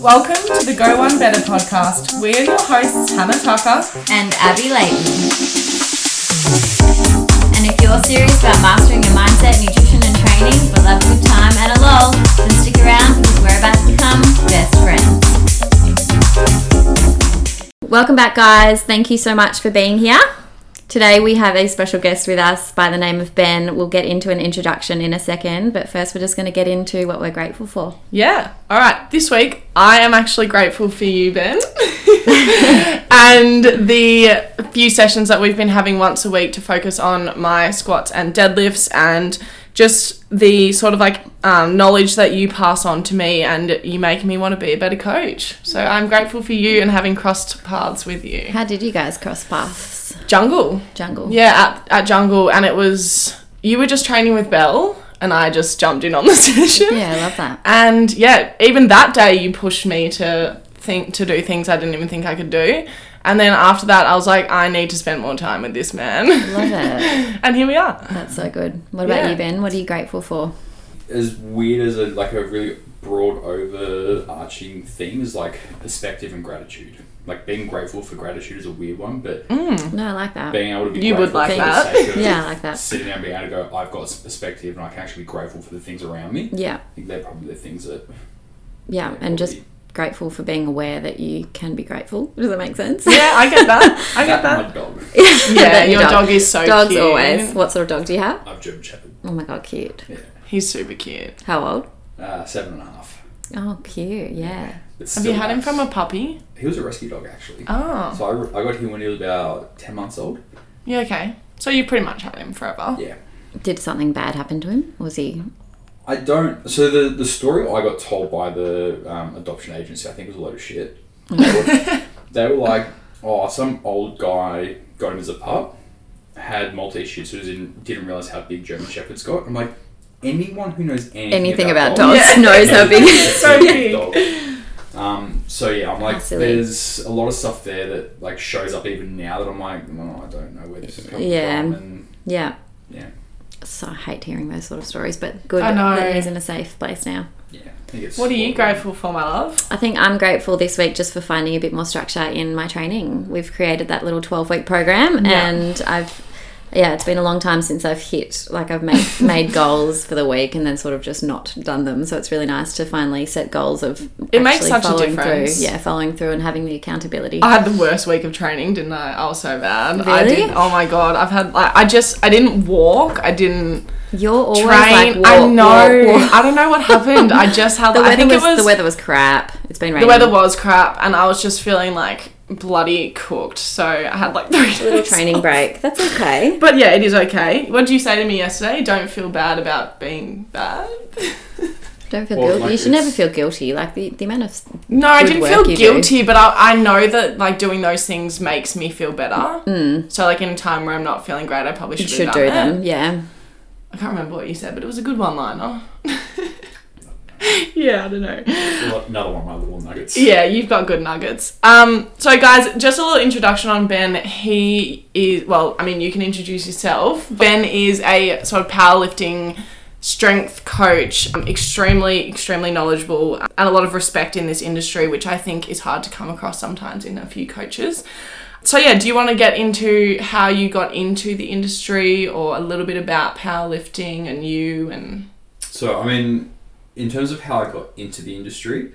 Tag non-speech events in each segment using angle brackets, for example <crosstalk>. Welcome to the Go One Better podcast. We are your hosts, Hannah Tucker. and Abby Layton. And if you're serious about mastering your mindset, nutrition, and training, but love a good time and a lol, then stick around because we're about to become best friends. Welcome back, guys. Thank you so much for being here. Today we have a special guest with us by the name of Ben. We'll get into an introduction in a second, but first we're just going to get into what we're grateful for. Yeah. All right. This week, I am actually grateful for you, Ben, and the few sessions that we've been having once a week to focus on my squats and deadlifts and just the sort of like um, knowledge that you pass on to me and you make me want to be a better coach. So I'm grateful for you and having crossed paths with you. How did you guys cross paths? Jungle. Jungle. Yeah, at, at Jungle, and it was you were just training with Belle, and I just jumped in on the <laughs> session. Yeah, I love that. And yeah, even that day, you pushed me to think to do things I didn't even think I could do. And then after that, I was like, I need to spend more time with this man. <laughs> Love it. and here we are. That's so good. What about Yeah. you, Ben? What are you grateful for? as weird as a like a really broad overarching theme is like perspective and gratitude. Like being grateful for gratitude is a weird one, but Mm. No, I like that. being able to be You would grateful like for that. the <laughs> sake of Yeah, I like that. sitting down, and being able to go, I've got some perspective, and I can actually be grateful for the things around me. Yeah, I think they're probably the things that yeah, and just grateful for being aware that you can be grateful. Does that make sense? Yeah, <laughs> I get that. I get That <laughs> that. and my dog. Yeah, That your dog is so Dogs cute. always. What sort of dog do you have? I've German Shepherd. Oh my god, cute. Yeah, He's super cute. How old? uh, seven and a half. Oh, cute. Yeah. It's Have you still had him nice. from a puppy? He was a rescue dog actually. Oh, So I, re- I got him when he was about ten months old. yeah. Okay. So you pretty much had him forever. Yeah. Did something bad happen to him? Was he? I don't. So the the story I got told by the um, adoption agency, I think, was a load of shit. <laughs> They were, they were like, "Oh, some old guy got him as a pup, had Maltese Shih Tzus, and didn't realize how big German Shepherds got." I'm like, anyone who knows anything, Anything about dogs dogs <laughs> <laughs> knows how big. So big. um, so yeah, I'm like, That's silly. there's a lot of stuff there that like shows up even now that I'm like, no, I don't know where this is coming Yeah. from. And yeah. yeah, So I hate hearing those sort of stories, but good I know. that he's in a safe place now. yeah. I think it's What are you well done. grateful for, my love? I think I'm grateful this week just for finding a bit more structure in my training. We've created that little 12 week program Yeah. and I've yeah, it's been a long time since I've hit like I've <laughs> made made goals for the week and then sort of just not done them. So it's really nice to finally set goals of It actually makes such a following difference. Through, yeah, following through and having the accountability. I had the worst week of training, didn't I? I was so bad. I Really? did. Oh my god, I've had like I just I didn't walk. I didn't You're always like train. walk, I know. walk, walk. I don't know what happened. I just had. <laughs> The weather I think was, it was the weather was crap. It's been the raining. weather was crap, and I was just feeling like bloody cooked. So I had like <laughs> three little days training off. break. That's okay. But yeah, it is okay. What did you say to me yesterday? Don't feel bad about being bad. Don't feel Well, guilty. like you should never it's- feel guilty. Like the, the amount of No, I Good didn't work feel you do. guilty, but I, I know that like doing those things makes me feel better. Mm. So like in a time where I'm not feeling great, I probably you should, hmm, should have do done it. them. Yeah. I can't remember what you said, but it was a good one-liner. <laughs> yeah, I don't know. Another one of my little <laughs> nuggets. Yeah, you've got good nuggets. Um, so guys, just a little introduction on Ben. He is well, I mean, you can introduce yourself. Ben is a sort of powerlifting strength coach, um, extremely, extremely knowledgeable, um, and a lot of respect in this industry, which I think is hard to come across sometimes in a few coaches. So yeah, do you want to get into how you got into the industry, or a little bit about powerlifting and you and So, I mean, in terms of how I got into the industry,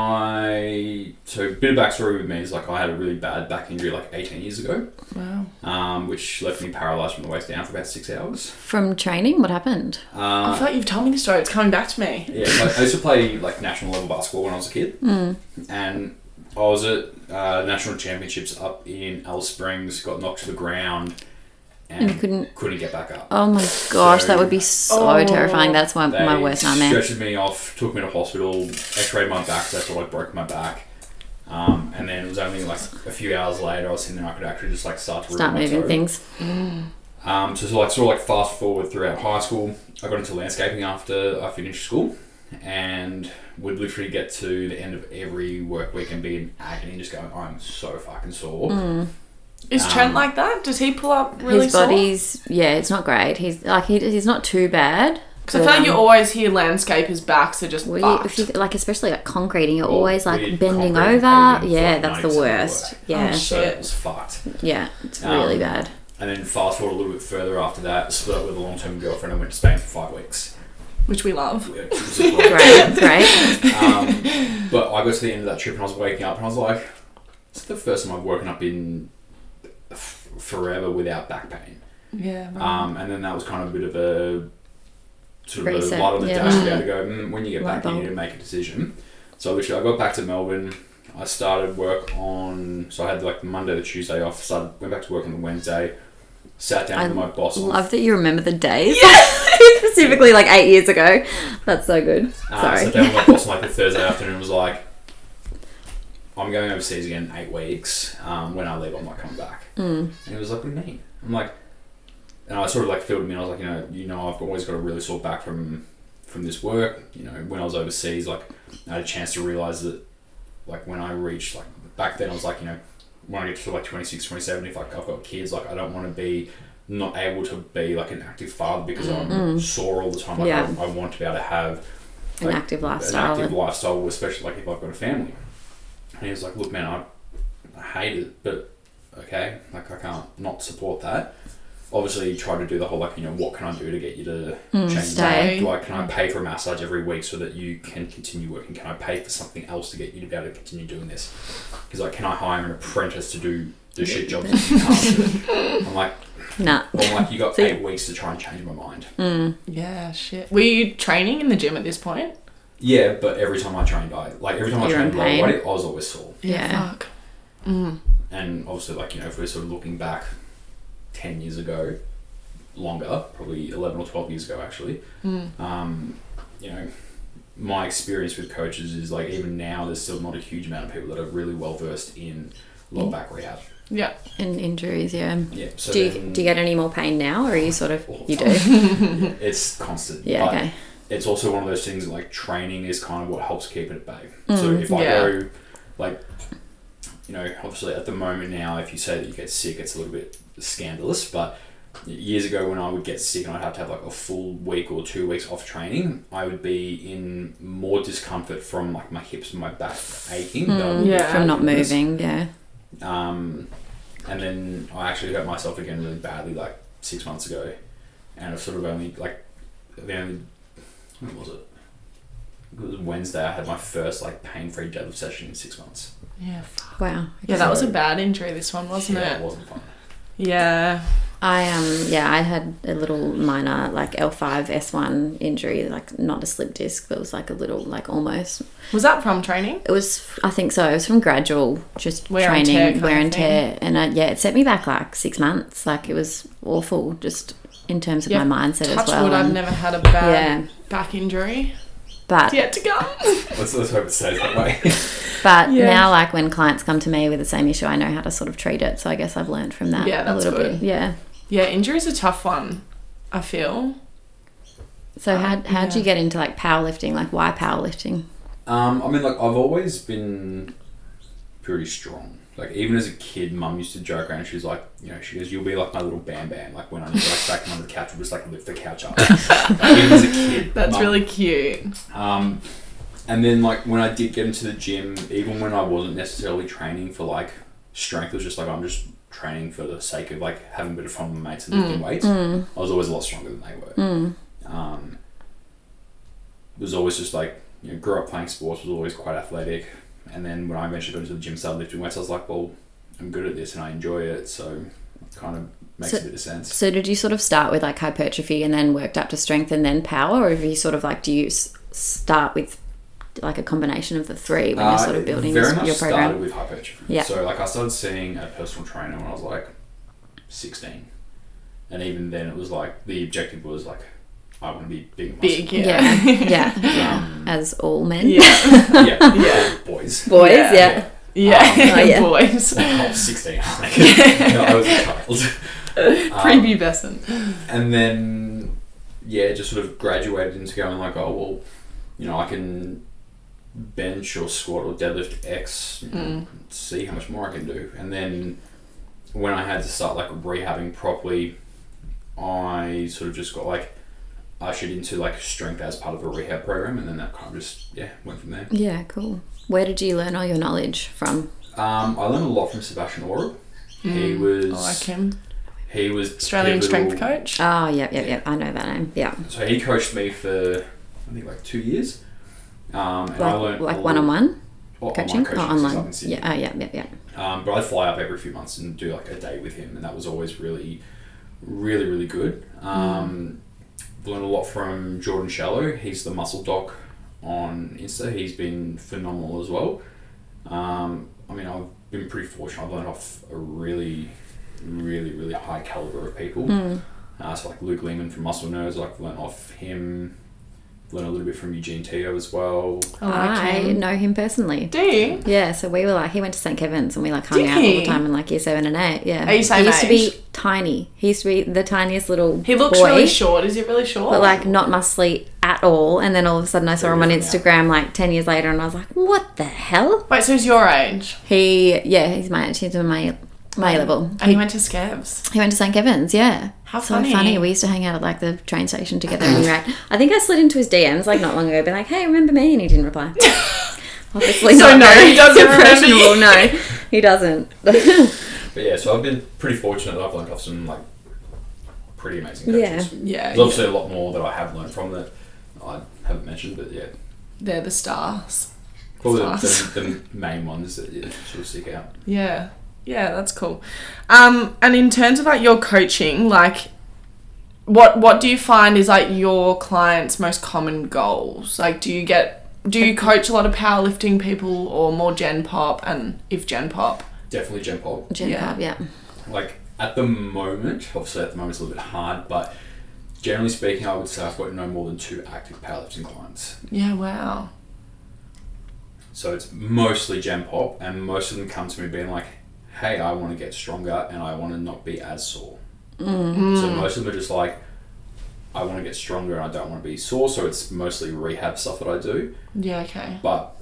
I. So, a bit of backstory with me is like I had a really bad back injury like 18 years ago, wow, um, which left me paralyzed from the waist down for about six hours. From training, what happened? I feel like you've told me this story. It's coming back to me. Yeah, like, I used to play like national level basketball when I was a kid, Hmm. and I was at uh, national championships up in Alice Springs, got knocked to the ground, and, And you couldn't- couldn't get back up. Oh my gosh, that So- would be so Oh. terrifying. That's why They my worst nightmare. Stretched me off, took me to hospital, x-rayed my back. That's all I broke my back. Um, and then it was only like a few hours later, I was sitting there, I could actually just like start to Start wriggle moving my toe. things. Um, so, so like sort of like fast forward throughout high school, I got into landscaping after I finished school, and would literally get to the end of every work week and be in agony, just going, I'm so fucking sore. Mm, Is Um, Trent like that? Does he pull up really His sore? body's yeah, it's not great. He's like he, he's not too bad, Because I feel like you always hear landscapers' backs are just We, if fucked. you, like especially like concreting, you're Well, always we like bending concrete over. paving Yeah, for that's nights the at worst. work. Yeah, Oh, So Shit. it was fucked. yeah, it's Um, really bad. <laughs> And then fast forward a little bit further after that, split up with a long term girlfriend and went to Spain for five weeks. which we love. Which <laughs> was a problem. Great, great. um, but I got to the end of that trip and I was waking up and I was like, it's the first time I've woken up in f- forever without back pain. Yeah. Mm. Um, and then that was kind of a bit of a sort of Reset, a light on the yeah. dash about to go, mm, when you get Light back, you bulb. need to make a decision. So literally, I got back to Melbourne. I started work on, so I had like the Monday, the Tuesday off. Started, went back to work on the Wednesday. Sat down I with my boss. on Love that you remember the days. <laughs> Specifically like eight years ago. That's so good. Ah, Uh, Sorry. sat down with my boss on like the Thursday afternoon and was like, I'm going overseas again in eight weeks. Um, when I leave, I'm not coming back. Mm. And he was like, What do you mean? I'm like, and I sort of like filled him in. I was like, You know, you know, I've always got a really sore back from from this work. You know, when I was overseas, like, I had a chance to realize that, like, when I reached, like, back then, I was like, you know, when I get to like 26, 27, if like I've got kids, like, I don't want to be not able to be like an active father because I'm sore all the time. Like, Mm, Yeah. I, I want to be able to have An Like, active an lifestyle. active lifestyle, especially like if I've got a family. And he was like, "Look, man, I, I hate it, but okay, like I can't not support that." Obviously, you try to do the whole like, you know, what can I do to get you to change that? stay. Do I can I pay for a massage every week so that you can continue working? Can I pay for something else to get you to be able to continue doing this? He's like, "Can I hire an apprentice to do the shit jobs?" That you can't do? I'm like, nah. well, I'm like you got So- eight weeks to try and change my mind. yeah. Shit. Were you training in the gym at this point? Yeah, but every time I trained, I like every time I You're in trained, like, pain. I was always sore. Yeah. Fuck. and obviously like you know if we're sort of looking back 10 years ago longer probably 11 or 12 years ago actually Hmm. um, you know my experience with coaches is like even now there's still not a huge amount of people that are really well versed in low back rehab Yeah. And injuries, yeah. yeah so Mm. do you, then- do you get any more pain now or are you sort of All the you do? time. it's <laughs> constant Yeah, but okay. it's also one of those things like training is kind of what helps keep it at bay. So if I Mm, Yeah. go, like, you know, obviously at the moment now, if you say that you get sick, it's a little bit scandalous. But years ago, when I would get sick and I'd have to have like a full week or two weeks off training, I would be in more discomfort from like my hips and my back aching. than I would be Mm, yeah. From not fitness. moving, yeah. Um, and then I actually hurt myself again really badly like six months ago, and I've sort of only like the only when was it? It was Wednesday. I had my first like pain-free deadlift session in six months. Yeah. Wow. Yeah, that was a bad injury. This one wasn't yeah, it? wasn't fun. Yeah. I um yeah, I had a little minor like L five S one injury, like not a slip disc, but it was like a little like almost. Was that from training? It was I think so. It was from gradual just Wear and training, tear kind wear of and tear, and I, yeah, it set me back like six months. Like it was awful, just in terms of Yeah, my mindset Touch as well. wood. I've and- never had a bad yeah, back injury. but Yet to go. Let's, let's hope it stays that way. <laughs> But Yeah. now, like when clients come to me with the same issue, I know how to sort of treat it. So I guess I've learned from that Yeah, a that's little good. bit. Yeah. <laughs> yeah, injury's a tough one. I feel. So how how would yeah. you get into like powerlifting? Like why powerlifting? Um, I mean, like I've always been pretty strong. Like even as a kid, Mum used to joke around. She's like, you know, she goes, "You'll be like my little Bam Bam." Like when I'm like back under the couch, I'll just like lift the <laughs> couch up. Like, even as a kid, That's Mum- really cute. Um, and then like when I did get into the gym, even when I wasn't necessarily training for like strength, it was just like I'm just training for the sake of like having a bit of fun with my mates and lifting weights. Mm. Mm-hmm. I was always a lot stronger than they were. Um, it was always just like you know, grew up playing sports, was always quite athletic, and then when I eventually got into the gym, started lifting weights, I was like, well, I'm good at this and I enjoy it, so it kind of makes So- a bit of sense. So did you sort of start with like hypertrophy and then worked up to strength and then power, or have you sort of like do you s- start with like a combination of the three when Uh, you're sort of it building very this- much your program? started with hypertrophy. Yeah. So like I started seeing a personal trainer when I was like sixteen, and even then it was like the objective was like I want to be big. and Big. Yeah, Yeah. <laughs> yeah, yeah. Um, <laughs> as all men, Yeah. muscular. yeah, Yeah. boys. boys, Yeah. yeah. <laughs> Yeah. Oh, yeah. <laughs> Boys. <laughs> I <laughs> was sixteen. Like, no, I was a child. Um, Prepubescent. and then yeah, just sort of graduated into going like, oh well, you know, I can bench or squat or deadlift X, you know, Mm. see how much more I can do. And then when I had to start like rehabbing properly, I sort of just got like ushered into like strength as part of a rehab program, and then that kind of just yeah went from there. Yeah, cool. Where did you learn all your knowledge from? Um, I learned a lot from Sebastian Oral. He was Mm. Oh, I like him. he was Australian pivotal- strength coach. Oh, yep, yep, yep. I know that name. Yeah. So he coached me for I think like two years. Um, and I Like, learned like one-on-one one coaching? Oh, coaching since I was online. in Sydney. Yeah, oh, yeah, yeah, yeah. Um, but I'd fly up every few months and do like a day with him, and that was always really, really, really good. Um, Learned a lot from Jordan Shallow. He's the muscle doc on Insta. He's been phenomenal as well. Um, I mean, I've been pretty fortunate. I've learned off a really, really, really high caliber of people. Uh, so like Luke Lehman from Muscle Nerds, like learned off him. Learned a little bit from Eugene Teo as well. I like I him. know him personally. Do you? Yeah, so we were like, he went to St. Kevin's and we like hung Did out all he? the time in like year seven and eight. Yeah. Are you same He used to age? be tiny. He used to be the tiniest little He looks boy, really short. Is he really short? but like not muscly at all. And then all of a sudden I saw him on Yeah. Instagram like 10 years later and I was like, what the hell? Wait, so he's your age, He, yeah, he's my, he's on my, my level. and he went to Scabs. He went to St. Kevin's, yeah. How so funny. We used to hang out at like the train station together and you're at, I think I slid into his DMs like not long ago, been like, hey, remember me? And he didn't <laughs> reply. Obviously So not no, very he doesn't remember you. impressionable, No, <laughs> he doesn't. But yeah, so I've been pretty fortunate. that I've learned off some like pretty amazing coaches. yeah. Uh, Yeah, There's obviously a lot more that I have learned from that I haven't mentioned, but yeah. they're the stars. Probably the, Class. the, the main ones that you sort of seek out. Yeah, yeah, that's cool. Um, and in terms of like your coaching, like, what what do you find is like your clients' most common goals? Like, do you get do you coach a lot of powerlifting people or more Gen Pop? And if Gen Pop, Definitely Gen Pop. Gym Yeah. club, yeah. Like at the moment, obviously at the moment it's a little bit hard, but generally speaking, I would say I've got no more than two active powerlifting clients. yeah, wow, So it's mostly Gen Pop, and most of them come to me being like, hey, I want to get stronger and I want to not be as sore. So most of them are just like, I want to get stronger and I don't want to be sore. So it's mostly rehab stuff that I do, yeah, okay, but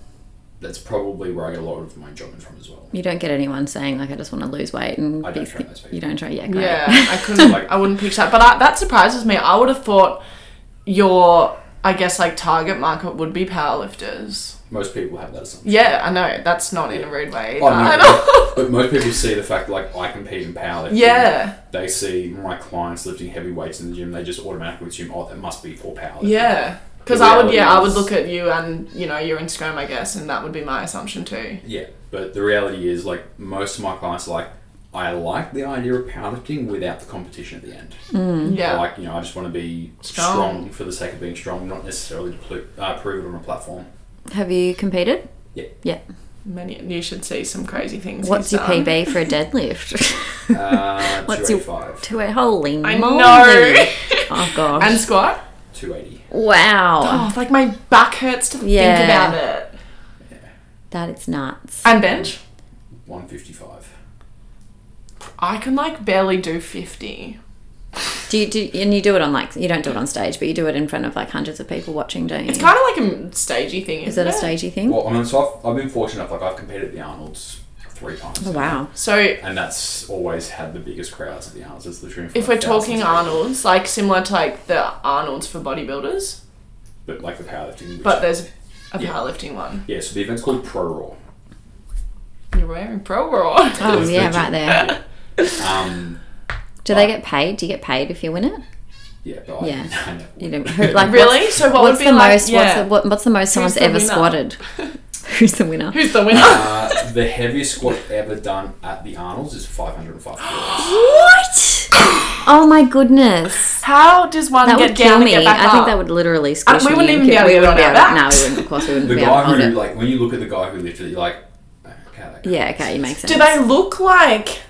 that's probably where I get a lot of my enjoyment from as well. You don't get anyone saying like, I just want to lose weight and I be- don't train those people. you don't try, yeah, great. yeah, I couldn't, Like- I wouldn't picture that, but I, that surprises me. I would have thought your, I guess, like target market would be powerlifters. Most people have that assumption. Yeah, I know that's not in a rude way. Oh, no, either. but- <laughs> but most people see the fact like I compete in <laughs> powerlifting. Yeah. They see my clients lifting heavy weights in the gym. They just automatically assume, oh, that must be for powerlifting. Yeah. Because The I would, reality yeah, I would is- look at you and you know your Instagram, I guess, and that would be my assumption too. Yeah, but the reality is, like, most of my clients are like, I like the idea of powerlifting without the competition at the end. Mm. I Yeah, Mm. Like, you know, I just want to be Strong. strong. for the sake of being strong, not necessarily to pl- uh, prove it on a platform. <laughs> <laughs> Have you competed? Yeah. Yeah. many you should see some crazy things. What's he's your done. PB for a deadlift? <laughs> Uh, What's your- 285, Two eight. Holy I moly. know. Oh gosh. and squat. 280. wow. Oh, like my back hurts to Yeah. think about it. That is nuts. And bench, 155. I can like barely do fifty. Do you do and you do it on like you don't do it on stage, but you do it in front of like hundreds of people watching, don't you? It's kind of like a stagey thing. Isn't is that a stagey thing? Well, I mean, so I've, I've been fortunate enough, like, I've competed at the Arnold's three times. Oh, wow. So And that's always had the biggest crowds at the Arnold's. It's literally in front if we're of thousands talking of people. Arnold's, like similar to like the Arnold's for bodybuilders, But, like, the powerlifting. which- but there's a Yeah. powerlifting one. yeah, so the event's called Pro Raw. You're wearing pro raw. Oh Those yeah, bitches. right there. <laughs> Um, Do they get paid? Do you get paid if you win it? yeah, but I- Yeah. <laughs> I never You would. don't who- like <laughs> Really? What's, so what what's would be the like? most? yeah. What's, the, what, what's the most someone's the ever winner? <laughs> squatted? Who's the winner? Who's the winner? Uh, the heaviest squat ever done at the Arnold's is <gasps> 505 kilos. <laughs> What? oh my goodness. How does one That get would down kill and me. get back I think up? Uh, that would literally squish we me. wouldn't and even be kill- able we to wouldn't do it be able like to- that. No, we wouldn't. Of course, we wouldn't The be able to guy hold who, it. like, when you look at the guy who lifted it, you're like, okay, that Yeah. Okay, it makes sense. Do they look like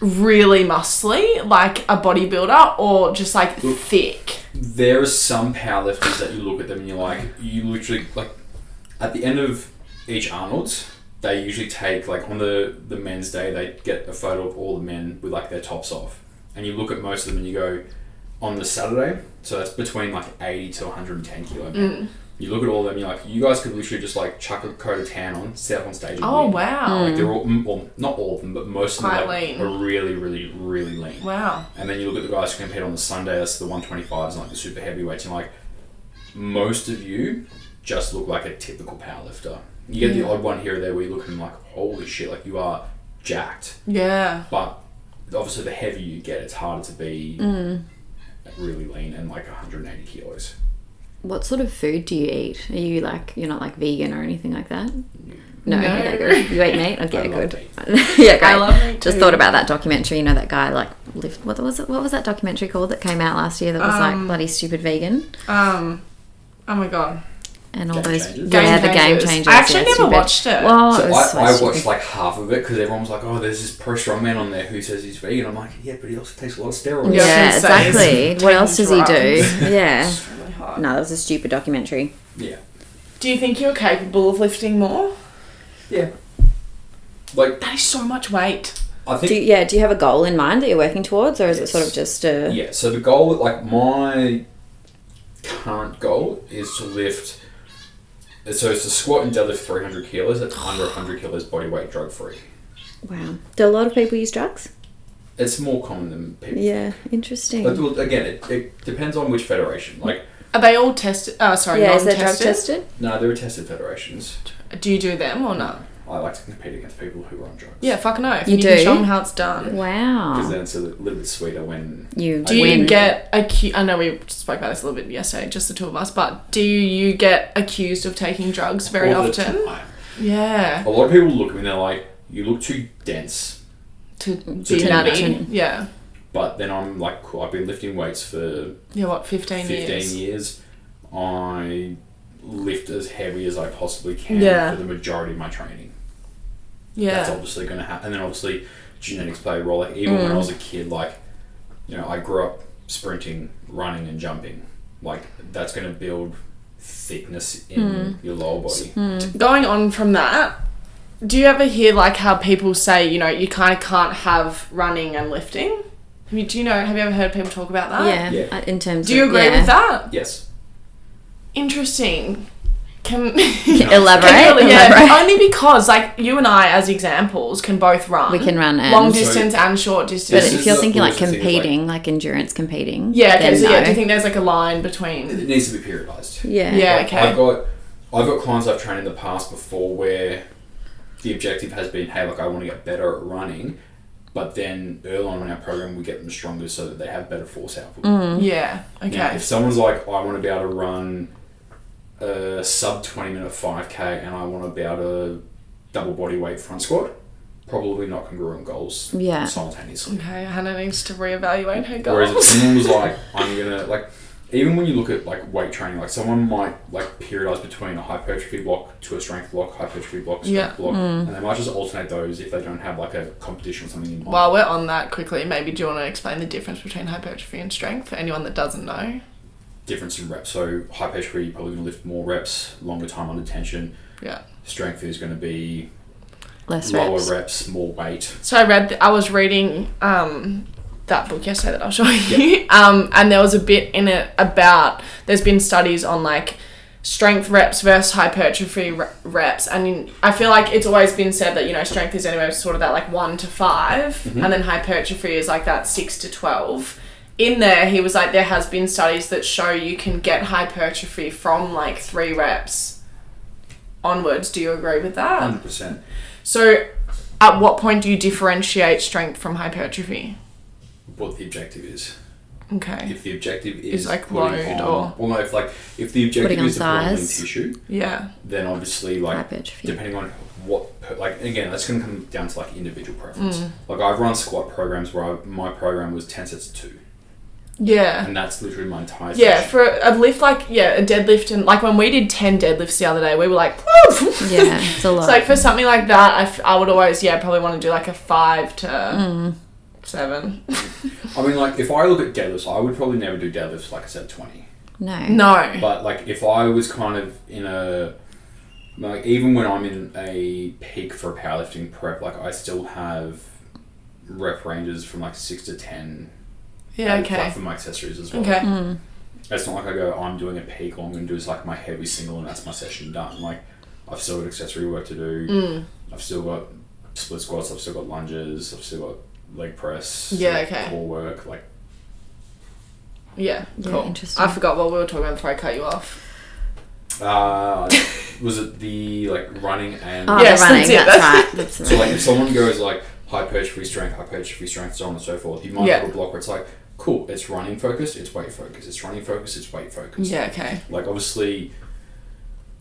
really muscly, like a bodybuilder, or just like thick? There are some powerlifters that you look at them and you're like, you literally, like, at the end of each Arnold's, they usually take, like, on the, the men's day, they get a photo of all the men with, like, their tops off. And you look at most Mm. of them and you go, on the Saturday, so that's between, like, 80 to 110 kilo men. You look at all of them, you're like, you guys could literally just like chuck a coat of tan on, set up on stage. and Oh win. wow. Like they're all, mm, well, not all of them, but most of them Quite like, lean. are really, really, really lean. Wow. And then you look at the guys who compete on the Sunday, that's the 125s and like the super heavyweights, and like most of you just look like a typical powerlifter. You get the odd one here or there where you look at them like, holy shit, like you are jacked. Yeah. But obviously, the heavier you get, it's harder to be really lean and like 180 kilos. What sort of food do you eat? Are you like you're not like vegan or anything like that? No, No. okay, good. you ate <laughs> meat. Okay, I love good. <laughs> yeah, great. I love meat Just too. thought about that documentary. You know that guy like lived. What was it? What was that documentary called that came out last year that was like bloody stupid vegan Um. Oh my god. and all Game those Changers? yeah the Game game Changers. I changers. actually yeah, never stupid. watched it. Well, So it was Oh, so I, I stupid. watched like half of it because everyone was like, "Oh, there's this pro strongman on there who says he's vegan." I'm like, "Yeah, but he also takes a lot of Yeah, I steroids." was Yeah, gonna say, it's exactly. What taking else does he do? drugs. Yeah. It's really hard. No, that was a stupid documentary. Yeah, Do you think you're capable of lifting more? yeah. Like That is so much weight. I think Do you, yeah, do you have a goal in mind that you're working towards, or is it sort of just a Yeah, so the goal, like my current goal is to lift, so it's to squat and deadlift 300 kilos at under 100 kilos body weight drug free. wow? Do a lot of people use drugs? It's more common than people. Yeah, But interesting. well, again, it, it depends on which federation. Like, Are they all tested? Oh, sorry, Yeah, is that drug non-tested. tested? no, there are tested federations. Do you do them or not? I like to compete against people who are on drugs. Yeah, fuck no. If You you, can do? show them how it's done. Because Wow, then it's a little bit sweeter when. you Do you win. get accused? I know we spoke about this a little bit yesterday, just the two of us. But do you get accused of taking drugs very all the often? time. Yeah, A lot of people look at me and they're like, you look too dense. to be To not nutty. to- Yeah, But then I'm like, cool, I've been lifting weights for yeah. What, fifteen, 15 years. years? I lift as heavy as I possibly can Yeah. for the majority of my training. That's Yeah, obviously going to happen. And then obviously, genetics play a role. Like, even Mm. when I was a kid, like, you know, I grew up sprinting, running, and jumping. Like, that's going to build thickness in Mm. your lower body. going on from that. Do you ever hear like how people say you know you kind of can't have running and lifting? Have you, do you know? Have you ever heard people talk about that? Yeah, Yeah. uh, in terms. Do you of, agree yeah. with that? Yes. Interesting. Can <laughs> <laughs> Elaborate. Can you really- yeah, elaborate. only because like you and I as examples can both run. We can run and- long So- distance and short But distance. This is if you're the thinking like bullshit thing, like- competing, like, endurance competing, yeah, okay, then so yeah, no. do you think there's like a line between? It needs to be periodized. yeah, Yeah, Like, okay. I've got I've got clients I've trained in the past before where the objective has been, hey, look, I want to get better at running, but then early on in our program we get them stronger so that they have better force output. Mm-hmm. Yeah, Mm, okay. Now, if someone's like, I want to be able to run a sub twenty minute five k and I want to be able to double body weight front squat, probably not congruent goals Yeah. simultaneously. Okay, Hannah needs to reevaluate her Whereas if goals. <laughs> someone was like, I'm gonna like, even when you look at like weight training, like someone might like periodize between a hypertrophy block to a strength block, hypertrophy block, strength Yeah. block, and they might just alternate those if they don't have like a competition or something in mind. While we're on that quickly, maybe do you want to explain the difference between hypertrophy and strength for anyone that doesn't know? Difference in reps. So hypertrophy, you're probably gonna lift more reps, longer time under tension. Yeah. Strength is gonna be less lower reps. reps. more weight. So I read, I was reading um, that book yesterday that I'll show you, <laughs> um, and there was a bit in it about there's been studies on like strength reps versus hypertrophy re- reps, and in, I feel like it's always been said that you know strength is anywhere sort of that like one to 5 and then hypertrophy is like that six to twelve. In there, he was like, there has been studies that show you can get hypertrophy from like three reps onwards. Do you agree with that? Hundred percent. So, at what point do you differentiate strength from hypertrophy? What the objective is. Okay. If the objective is, Is, like, putting load on, or- well, no, if like if the objective on is to put on lean size. tissue, Yeah. then obviously like Hypertrophy. depending on what per- like again that's going to come down to like individual preference Mm. like i've run squat programs where I, my program was 10 sets of 2 Yeah. and that's literally my entire Yeah, session. for a lift like yeah, a deadlift and like when we did ten deadlifts the other day, we were like, Woo! Yeah, it's a lot. so like for something like that, I, f- I would always yeah probably want to do like a five to Mm. seven. i mean like if i look at deadlifts i would probably never do deadlifts like i said 20 no, No. but like if i was kind of in a like even when i'm in a peak for powerlifting prep like i still have rep ranges from like 6 to 10 Yeah. like, Okay. Mm. for my accessories as well Okay. It's not like I go, I'm doing a peak, all I'm going to do is like my heavy single and that's my session done. Like, I've still got accessory work to do. Mm. I've still got split squats, I've still got lunges, I've still got leg press, Yeah, still got okay. core work. Like, Yeah, Yeah, cool. interesting. I forgot what we were talking about before I cut you off. uh, <laughs> was it the like running and. Oh, Yes, they're running. that's it, That's, that's- right. That's <laughs> So right. like if someone goes like hypertrophy strength, hypertrophy strength, so on and so forth, you might Yeah. have a block where it's like, cool, it's running focused, it's weight focused, it's running focused, it's weight focused. Yeah, okay. Like obviously,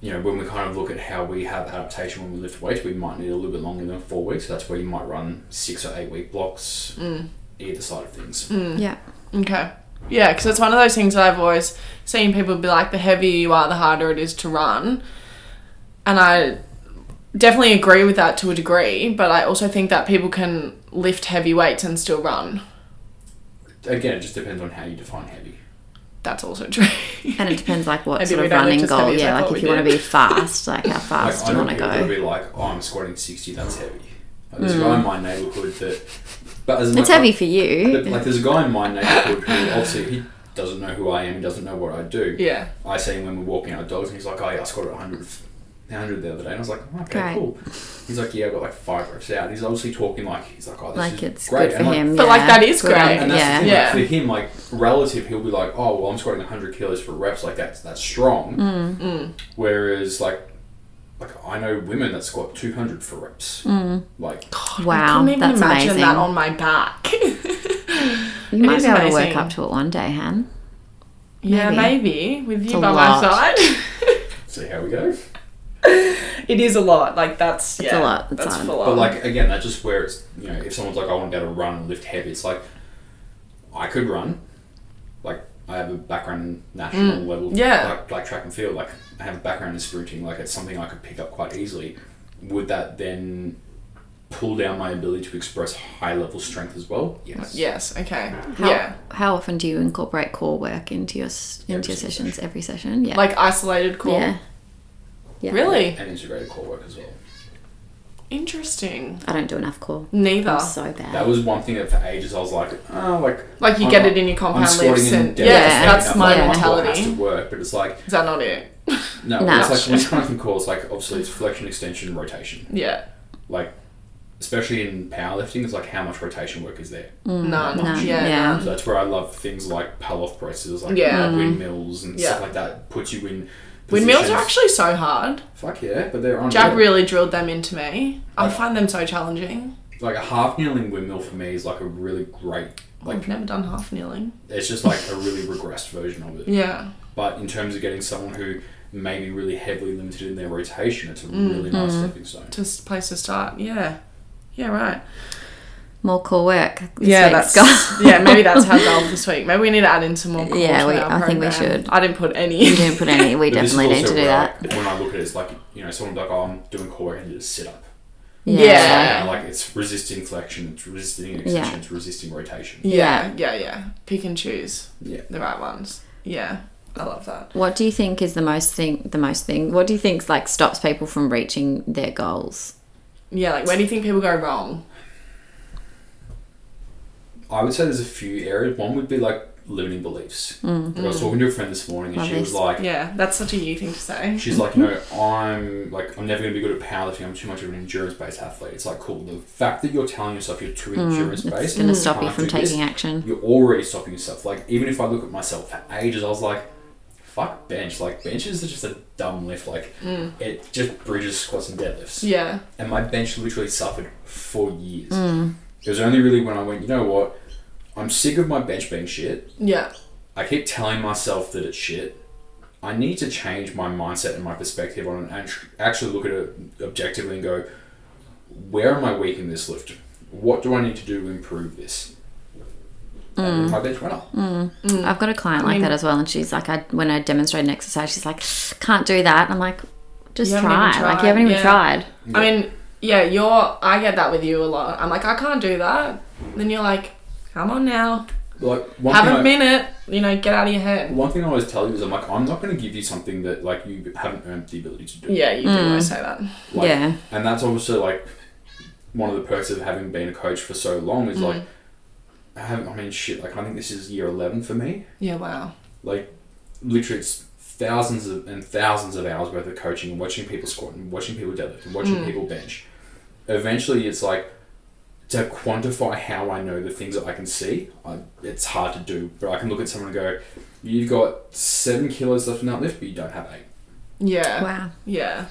you know, when we kind of look at how we have adaptation when we lift weights, we might need a little bit longer than four weeks. That's where you might run six or eight week blocks Mm. either side of things. Mm. Yeah. Okay. Yeah, because it's one of those things that I've always seen people be like, the heavier you are, the harder it is to run. And I definitely agree with that to a degree, but I also think that people can lift heavy weights and still run. Again, it just depends on how you define heavy. That's also <laughs> true. And it depends like what <laughs> Maybe sort we of don't look running as heavy goal. as I Yeah, thought like if we you want to be did. fast, like how <laughs> Like, fast I Ah, do you know want to people that'll go? be like, oh, I'm squatting sixty, that's heavy. Like, there's a guy in my neighborhood that, but as Mm. It's much- heavy for But, you. like there's a guy in my neighborhood who obviously he doesn't know who I am, he doesn't know what I do. yeah. I see him when we're walking our dogs, and he's like, "Oh yeah, I scored at 100, 100 the other day," and I was like, oh, "Okay, Great. cool." He's like, "Yeah, I got like five reps out." He's obviously talking like he's like, "Oh, this Like is it's great good for and, like, him. But, like, yeah. that is Good on great. him, And that's Yeah. the thing, Yeah. like, for him, like relative, he'll be like, "Oh, well, I'm squatting 100 kilos for reps, like that's that's strong." Mm. Whereas like. Like I know women that squat 200 for reps. Mm. Like Wow, I couldn't even that's imagine amazing. that on my back. <laughs> you might is be able to amazing. work up to it one day, Han. yeah, Maybe. maybe. With you a by lot. my <laughs> side. see how we go. it is a lot. Like, that's. It's a yeah, lot, it's That's hard. full on. But like again, that's just where it's you know, if someone's like, I want to be able to run and lift heavy, it's like I could run. Like I have a background in national level Mm, yeah. like, like track and field, like I have a background in sprinting, like it's something I could pick up quite easily. Would that then pull down my ability to express high level strength as well? Yes. yes, okay. How, Yeah. How often do you incorporate core work into your s- into Every your single sessions? Every session, yeah. Like, isolated core. yeah. Yeah. Really? And integrated core work as well. Interesting. I don't do enough core. Neither. I'm so bad. That was one thing that for ages I was like, oh, like Like, you I'm get not- it in your compound I'm squatting lifts and and- deadlifting yeah, that's enough, my like, core mentality. Has to work, but it's like Is that not it? No, No. it's like when it's kind of calls like obviously it's flexion, extension, rotation. Yeah. Like especially in powerlifting, it's like how much rotation work is there. None. None. Yeah. Mm. Yeah. none. So that's where I love things like pull-off presses, like Yeah. windmills and Yeah. stuff like that. Puts you in Windmills are positions- actually so hard. fuck yeah, but they're on Jack really drilled them into me. I Right. find them so challenging. like a half kneeling windmill for me is like a really great like I've never done half kneeling. it's just like a really regressed version of it. Yeah. But in terms of getting someone who may be really heavily limited in their rotation, it's a really nice Mm-hmm. stepping stone. To s- place to start. Yeah. Yeah, right. More core work. this yeah, week's that's <laughs> goal. yeah. Maybe that's how goal this week. Maybe we need to add in some more. core Yeah, to we- our I think we program. should. I didn't put any. we <laughs> didn't put any. We But this is definitely need also to do where that. I- when I look at it, it's like you know, someone's like, "Oh, I'm doing core work and just sit up." Yeah. Yeah. You know, like it's resisting flexion, it's resisting extension, Yeah. it's resisting rotation. yeah, yeah, yeah. Pick and choose Yeah. the right ones. Yeah, I love that. What do you think is the most thing? The most thing. What do you think like stops people from reaching their goals? Yeah, like where do you think people go wrong? I would say there's a few areas. One would be like limiting beliefs. Like, I was talking to a friend this morning, and Mm. Love she was this. like, Yeah, that's such a you thing to say. She's like, you know, I'm like, I'm never going to be good at powerlifting. I'm too much of an endurance-based athlete. It's like, cool. The fact that you're telling yourself you're too endurance-based, Mm. It's going to Mm. and stop you can't from do this, taking action. you're already stopping yourself. Like, even if I look at myself for ages, I was like, fuck bench. Like, benches are just a dumb lift. Like, it just bridges squats and deadlifts. Yeah, And my bench literally suffered for years. It was only really when I went, you know what? I'm sick of my bench being shit. yeah, I keep telling myself that it's shit. I need to change my mindset and my perspective on it and tr- actually look at it objectively and go, where am I weak in this lift? What do I need to do to improve this? And my bench went up. I've got a client like Mm. mean- that as well, and she's like, I when I demonstrate an exercise, she's like, can't do that. I'm like, just You try. haven't Like even tried, you haven't even yeah. tried. I mean, yeah, you're. I get that with you a lot. I'm like, I can't do that. Then you're like, come on now, Like one have thing a I- minute. You know, get out of your head. One thing I always tell you is I'm like, I'm not going to give you something that like you haven't earned the ability to do. Yeah, you do always say that. Like, Yeah. And that's obviously like one of the perks of having been a coach for so long is like, I, haven't, I mean, shit, like I think this is year 11 for me. Yeah, wow. Like, literally it's thousands of, and thousands of hours worth of coaching and watching people squat and watching people deadlift and watching people bench. Eventually, it's like to quantify how I know the things that I can see. I, it's hard to do, but I can look at someone and go, "You've got seven kilos left in that lift, but you don't have eight uh, Yeah. Wow. Yeah.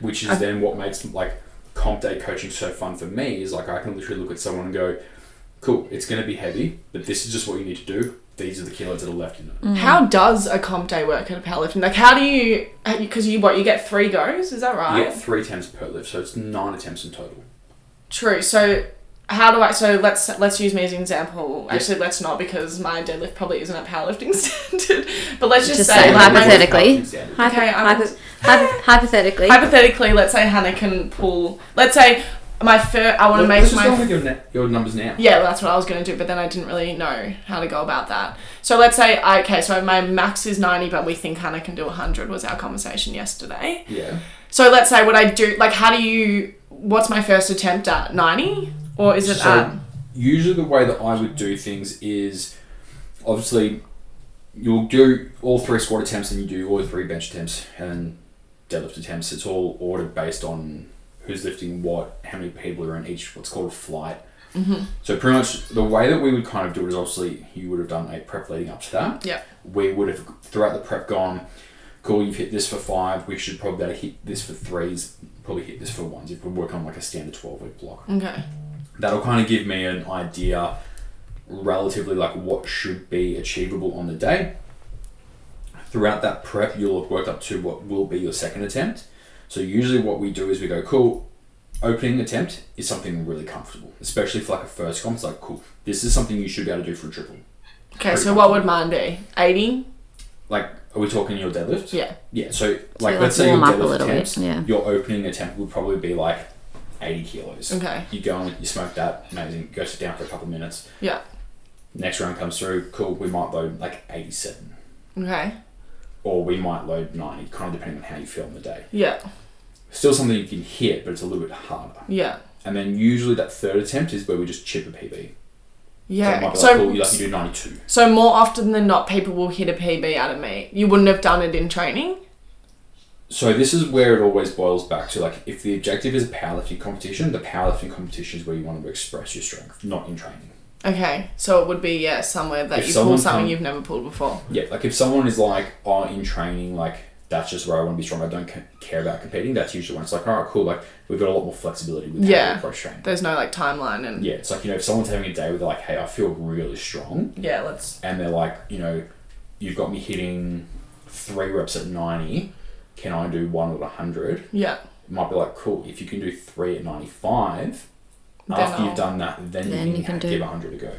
which is then what makes like comp day coaching so fun for me is like I can literally look at someone and go, cool, it's going to be heavy, but this is just what you need to do. These are the kilos that are left in it. How does a comp day work at a powerlifting? Like, how do you? Because you what? You get three goes. Is that You right? get three attempts per lift, so it's nine attempts in total. True. So how do I? So let's let's use me as an example. Actually, let's not because my deadlift probably isn't a powerlifting <laughs> standard. But let's just, Just say, say like, hypothetical. hypothetically. Standard. Hypo- Okay, I hypo- was- hypo- <laughs> hypothetically. hypothetically, let's say Hannah can pull. Let's say my first. I want to make Let's just my go with your, na- your numbers now. Yeah, well, that's what I was going to do, but then I didn't really know how to go about that. So let's say, I- okay, so my max is 90, but we think Hannah can do 100, was our conversation yesterday. Yeah. So let's say what I do, like, how do you, what's my first attempt at 90? Or is it So- at, Usually, the way that I would do things is obviously you'll do all three squat attempts and you do all three bench attempts and deadlift attempts. It's all ordered based on who's lifting what, how many people are in each, what's called a flight. Mm-hmm. So, pretty much the way that we would kind of do it is obviously you would have done a prep leading up to that. yeah, We would have throughout the prep gone, cool, you've hit this for five, we should probably hit this for threes, probably hit this for ones if we're working on like a standard 12 week block okay, that'll kind of give me an idea relatively like what should be achievable on the day throughout that prep you'll have worked up to what will be your second attempt so usually what we do is we go cool opening attempt is something really comfortable especially for like a first comp it's like cool this is something you should be able to do for a triple okay, so what would mine be? 80? like are we talking your deadlift Yeah, yeah so like like, let's say your warm up a deadlift little bit, attempts yeah. your opening attempt would probably be like 80 kilos Okay. you go and you smoke that amazing go sit down for a couple of minutes yeah, next round comes through, cool, we might load like 87 okay, or we might load 90, kind of depending on how you feel on the day. yeah, Still something you can hit, but it's a little bit harder. yeah, And then usually that third attempt is where we just chip a PB. So it might yeah. be like, So, cool, you like you do 92. so more often than not, people will hit a PB out of me. You wouldn't have done it in training? So this is where it always boils back to like if the objective is a powerlifting competition, the powerlifting competition is where you want to express your strength, not in training. Okay, so it would be, yeah, somewhere that If you pull someone something come- you've never pulled before. Yeah, like if someone is like, oh, in training, like that's just where I want to be strong. I don't ca- care about competing. That's usually when it's like, all right, cool. Like we've got a lot more flexibility with how Yeah. we approach training. There's no like timeline and yeah, it's like, you know, if someone's having a day where they're like, hey, I feel really strong, yeah, let's and they're like, you know, you've got me hitting three reps at 90, can I do one at 100? It yeah. might be like, cool, if you can do three at 95, Then after I'll- you've done that, then, Then you can, you can ha- do- give 100 a go.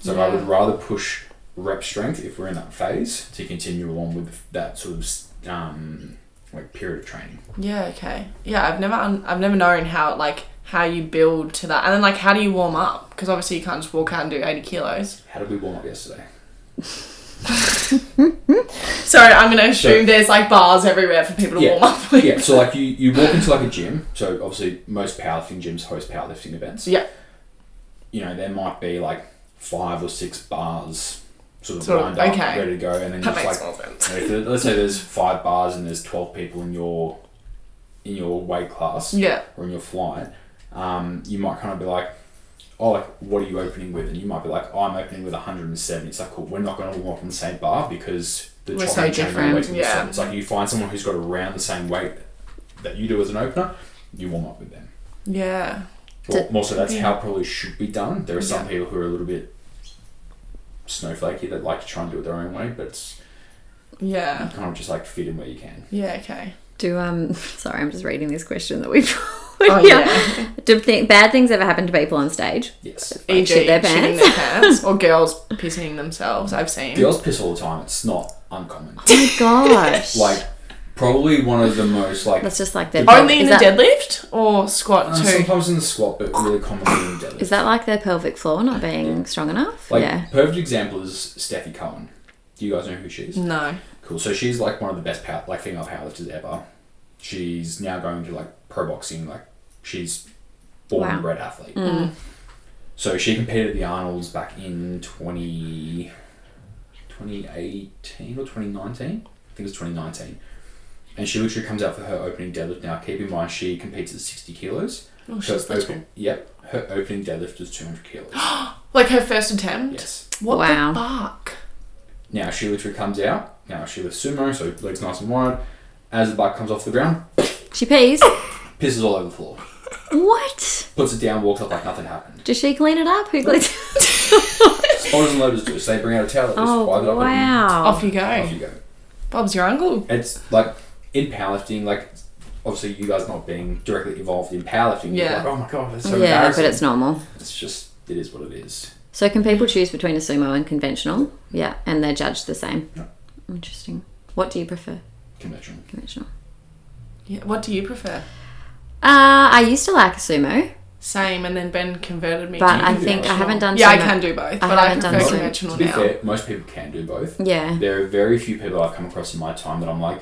So I Yeah. would rather push rep strength if we're in that phase to continue along with that sort of um, like period of training. Yeah, okay. Yeah, I've never un- I've never known how like how you build to that. And then like how do you warm up? Because obviously you can't just walk out and do 80 kilos. <laughs> How did we warm up yesterday? So I'm going to assume So- there's like bars everywhere for people to Yeah. warm up with. yeah, so like you, you walk into like a gym. So obviously most powerlifting gyms host powerlifting events. <laughs> Yeah. You know, there might be like five or six bars sort of Sort of, lined up, okay. ready to go, and then That just makes like more sense. you know, if- let's say there's five bars and there's twelve people in your in your weight class Yeah. or in your flight. Um, you might kind of be like, oh, like what are you opening with? And you might be like, oh, I'm opening with 170. It's like, cool, we're not going to walk on the same bar because the We're top so and chain are different, weighting the yeah. same. It's like you find someone who's got around the same weight that you do as an opener, you warm up with them. Yeah. Well, more so, that's how it probably should be done. There are some people who are a little bit snowflakey that like to try and do it their own way, but it's Yeah. kind of just like fit in where you can. Yeah, okay. Do um <laughs> sorry, I'm just reading this question <laughs> that we've Oh yeah. Do th- bad things ever happen to people on stage? Yes. Like, E.g. shit their shitting pants. their pants or girls pissing themselves. I've seen. Girls piss all the time. It's not uncommon. Oh my gosh. Like, probably one of the most like that's just like their Only Oh, in is the that, deadlift or squat Uh, too. sometimes in the squat, but really commonly in deadlift. Is that like their pelvic floor not being strong enough? like yeah. perfect example is Steffi Cohen? Do you guys know who she is? No. Cool. So she's like one of the best power, like female powerlifters ever. She's now going to like pro boxing. Like she's born Wow. and bred athlete. Mm. So she competed at the Arnold's back in 20, 2018 or 2019. I think it was 2019. And she literally comes out for her opening deadlift now. Keep in mind, she competes at 60 kilos. Oh, Her she's little. open- Yep, her opening deadlift is 200 kilos. Like her first attempt. yes. What Wow. the fuck? Now she literally comes out. Now she lifts sumo, so legs nice and wide. As the bike comes off the ground, She <laughs> pees. pisses all over the floor. what? Puts it down, walks up like nothing happened. Does she clean it up? Who cleans Sponsors and loaders do it. So they bring out a towel, they <laughs> just Oh, wipe it up, and wow. Off you go. off you go. Bob's your uncle. It's like in powerlifting, like obviously you guys not being directly involved in powerlifting. you're Yeah. Like, oh my god, that's so Yeah, embarrassing. but it's normal. It's just it is what it is. So can people choose between a sumo and conventional? Yeah, and they're judged the same. Interesting. What do you prefer, Conventional. conventional? Yeah. What do you prefer? Uh, I used to like a sumo, Same, and then Ben converted me. but to I do think I conventional? haven't done. yeah, I sumo. can do both, but I haven't done prefer so. conventional to be now. fair, most people can do both. Yeah, There are very few people I've come across in my time that I'm like,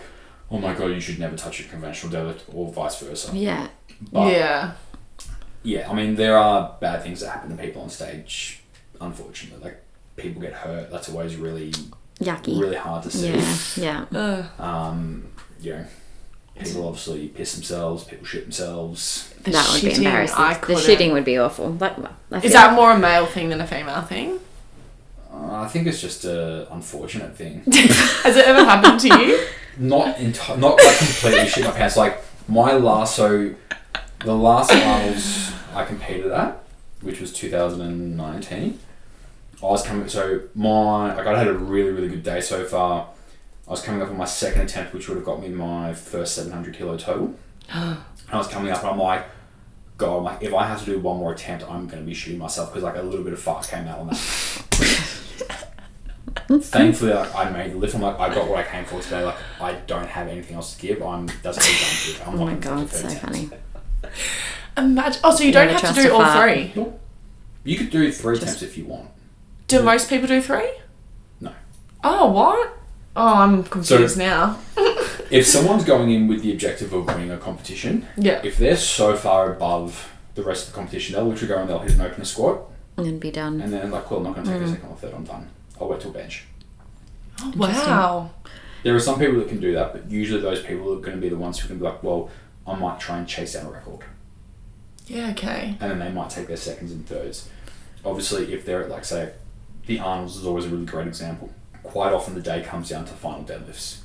oh my god, you should never touch a conventional deadlift or vice versa. yeah, But yeah. yeah, I mean there are bad things that happen to people on stage, unfortunately. Like people get hurt. That's always really yucky. really hard to see. Yeah, yeah, Ugh, Um, you know, people obviously piss themselves, people shit themselves. the that would be shitting, embarrassing. I the couldn't. shitting would be awful. But I feel- Is that more a male thing than a female thing? Uh, I think it's just a unfortunate thing. Has it ever happened to you? <laughs> not enti- not like completely shit my pants. Like my last, so the last finals I competed at, which was 2019. I was coming, so my like I had a really really good day so far. I was coming up on my second attempt, which would have got me my first 700 kilo total. <gasps> and I was coming up, and I'm like, God, I'm like, if I have to do one more attempt, I'm gonna be shooting myself because like a little bit of fart came out on <laughs> that. Thankfully, like, I made the lift. I'm like, I got what I came for today. Like, I don't have anything else to give. I'm that's what I'm done with. I'm Oh my not gonna do god, the so third attempt. funny. Imagine. Oh, so you You don't never have to trust do a all fart. three. You could do three attempts if you want. Do most people do three? No. Oh, what? Oh, I'm confused now. If someone's going in with the objective of winning a competition, Yeah. if they're so far above the rest of the competition, they'll literally go and they'll hit an opener squat, I'm gonna be done. and then like, cool, I'm not going to take a second or third. I'm done. I'll wait till bench. Oh, wow. There are some people that can do that, but usually those people are going to be the ones who can be like, well, I might try and chase down a record. Yeah. Okay. and then they might take their seconds and thirds. Obviously, if they're at, like, say, the Arnold's is always a really great example. Quite often, the day comes down to final deadlifts.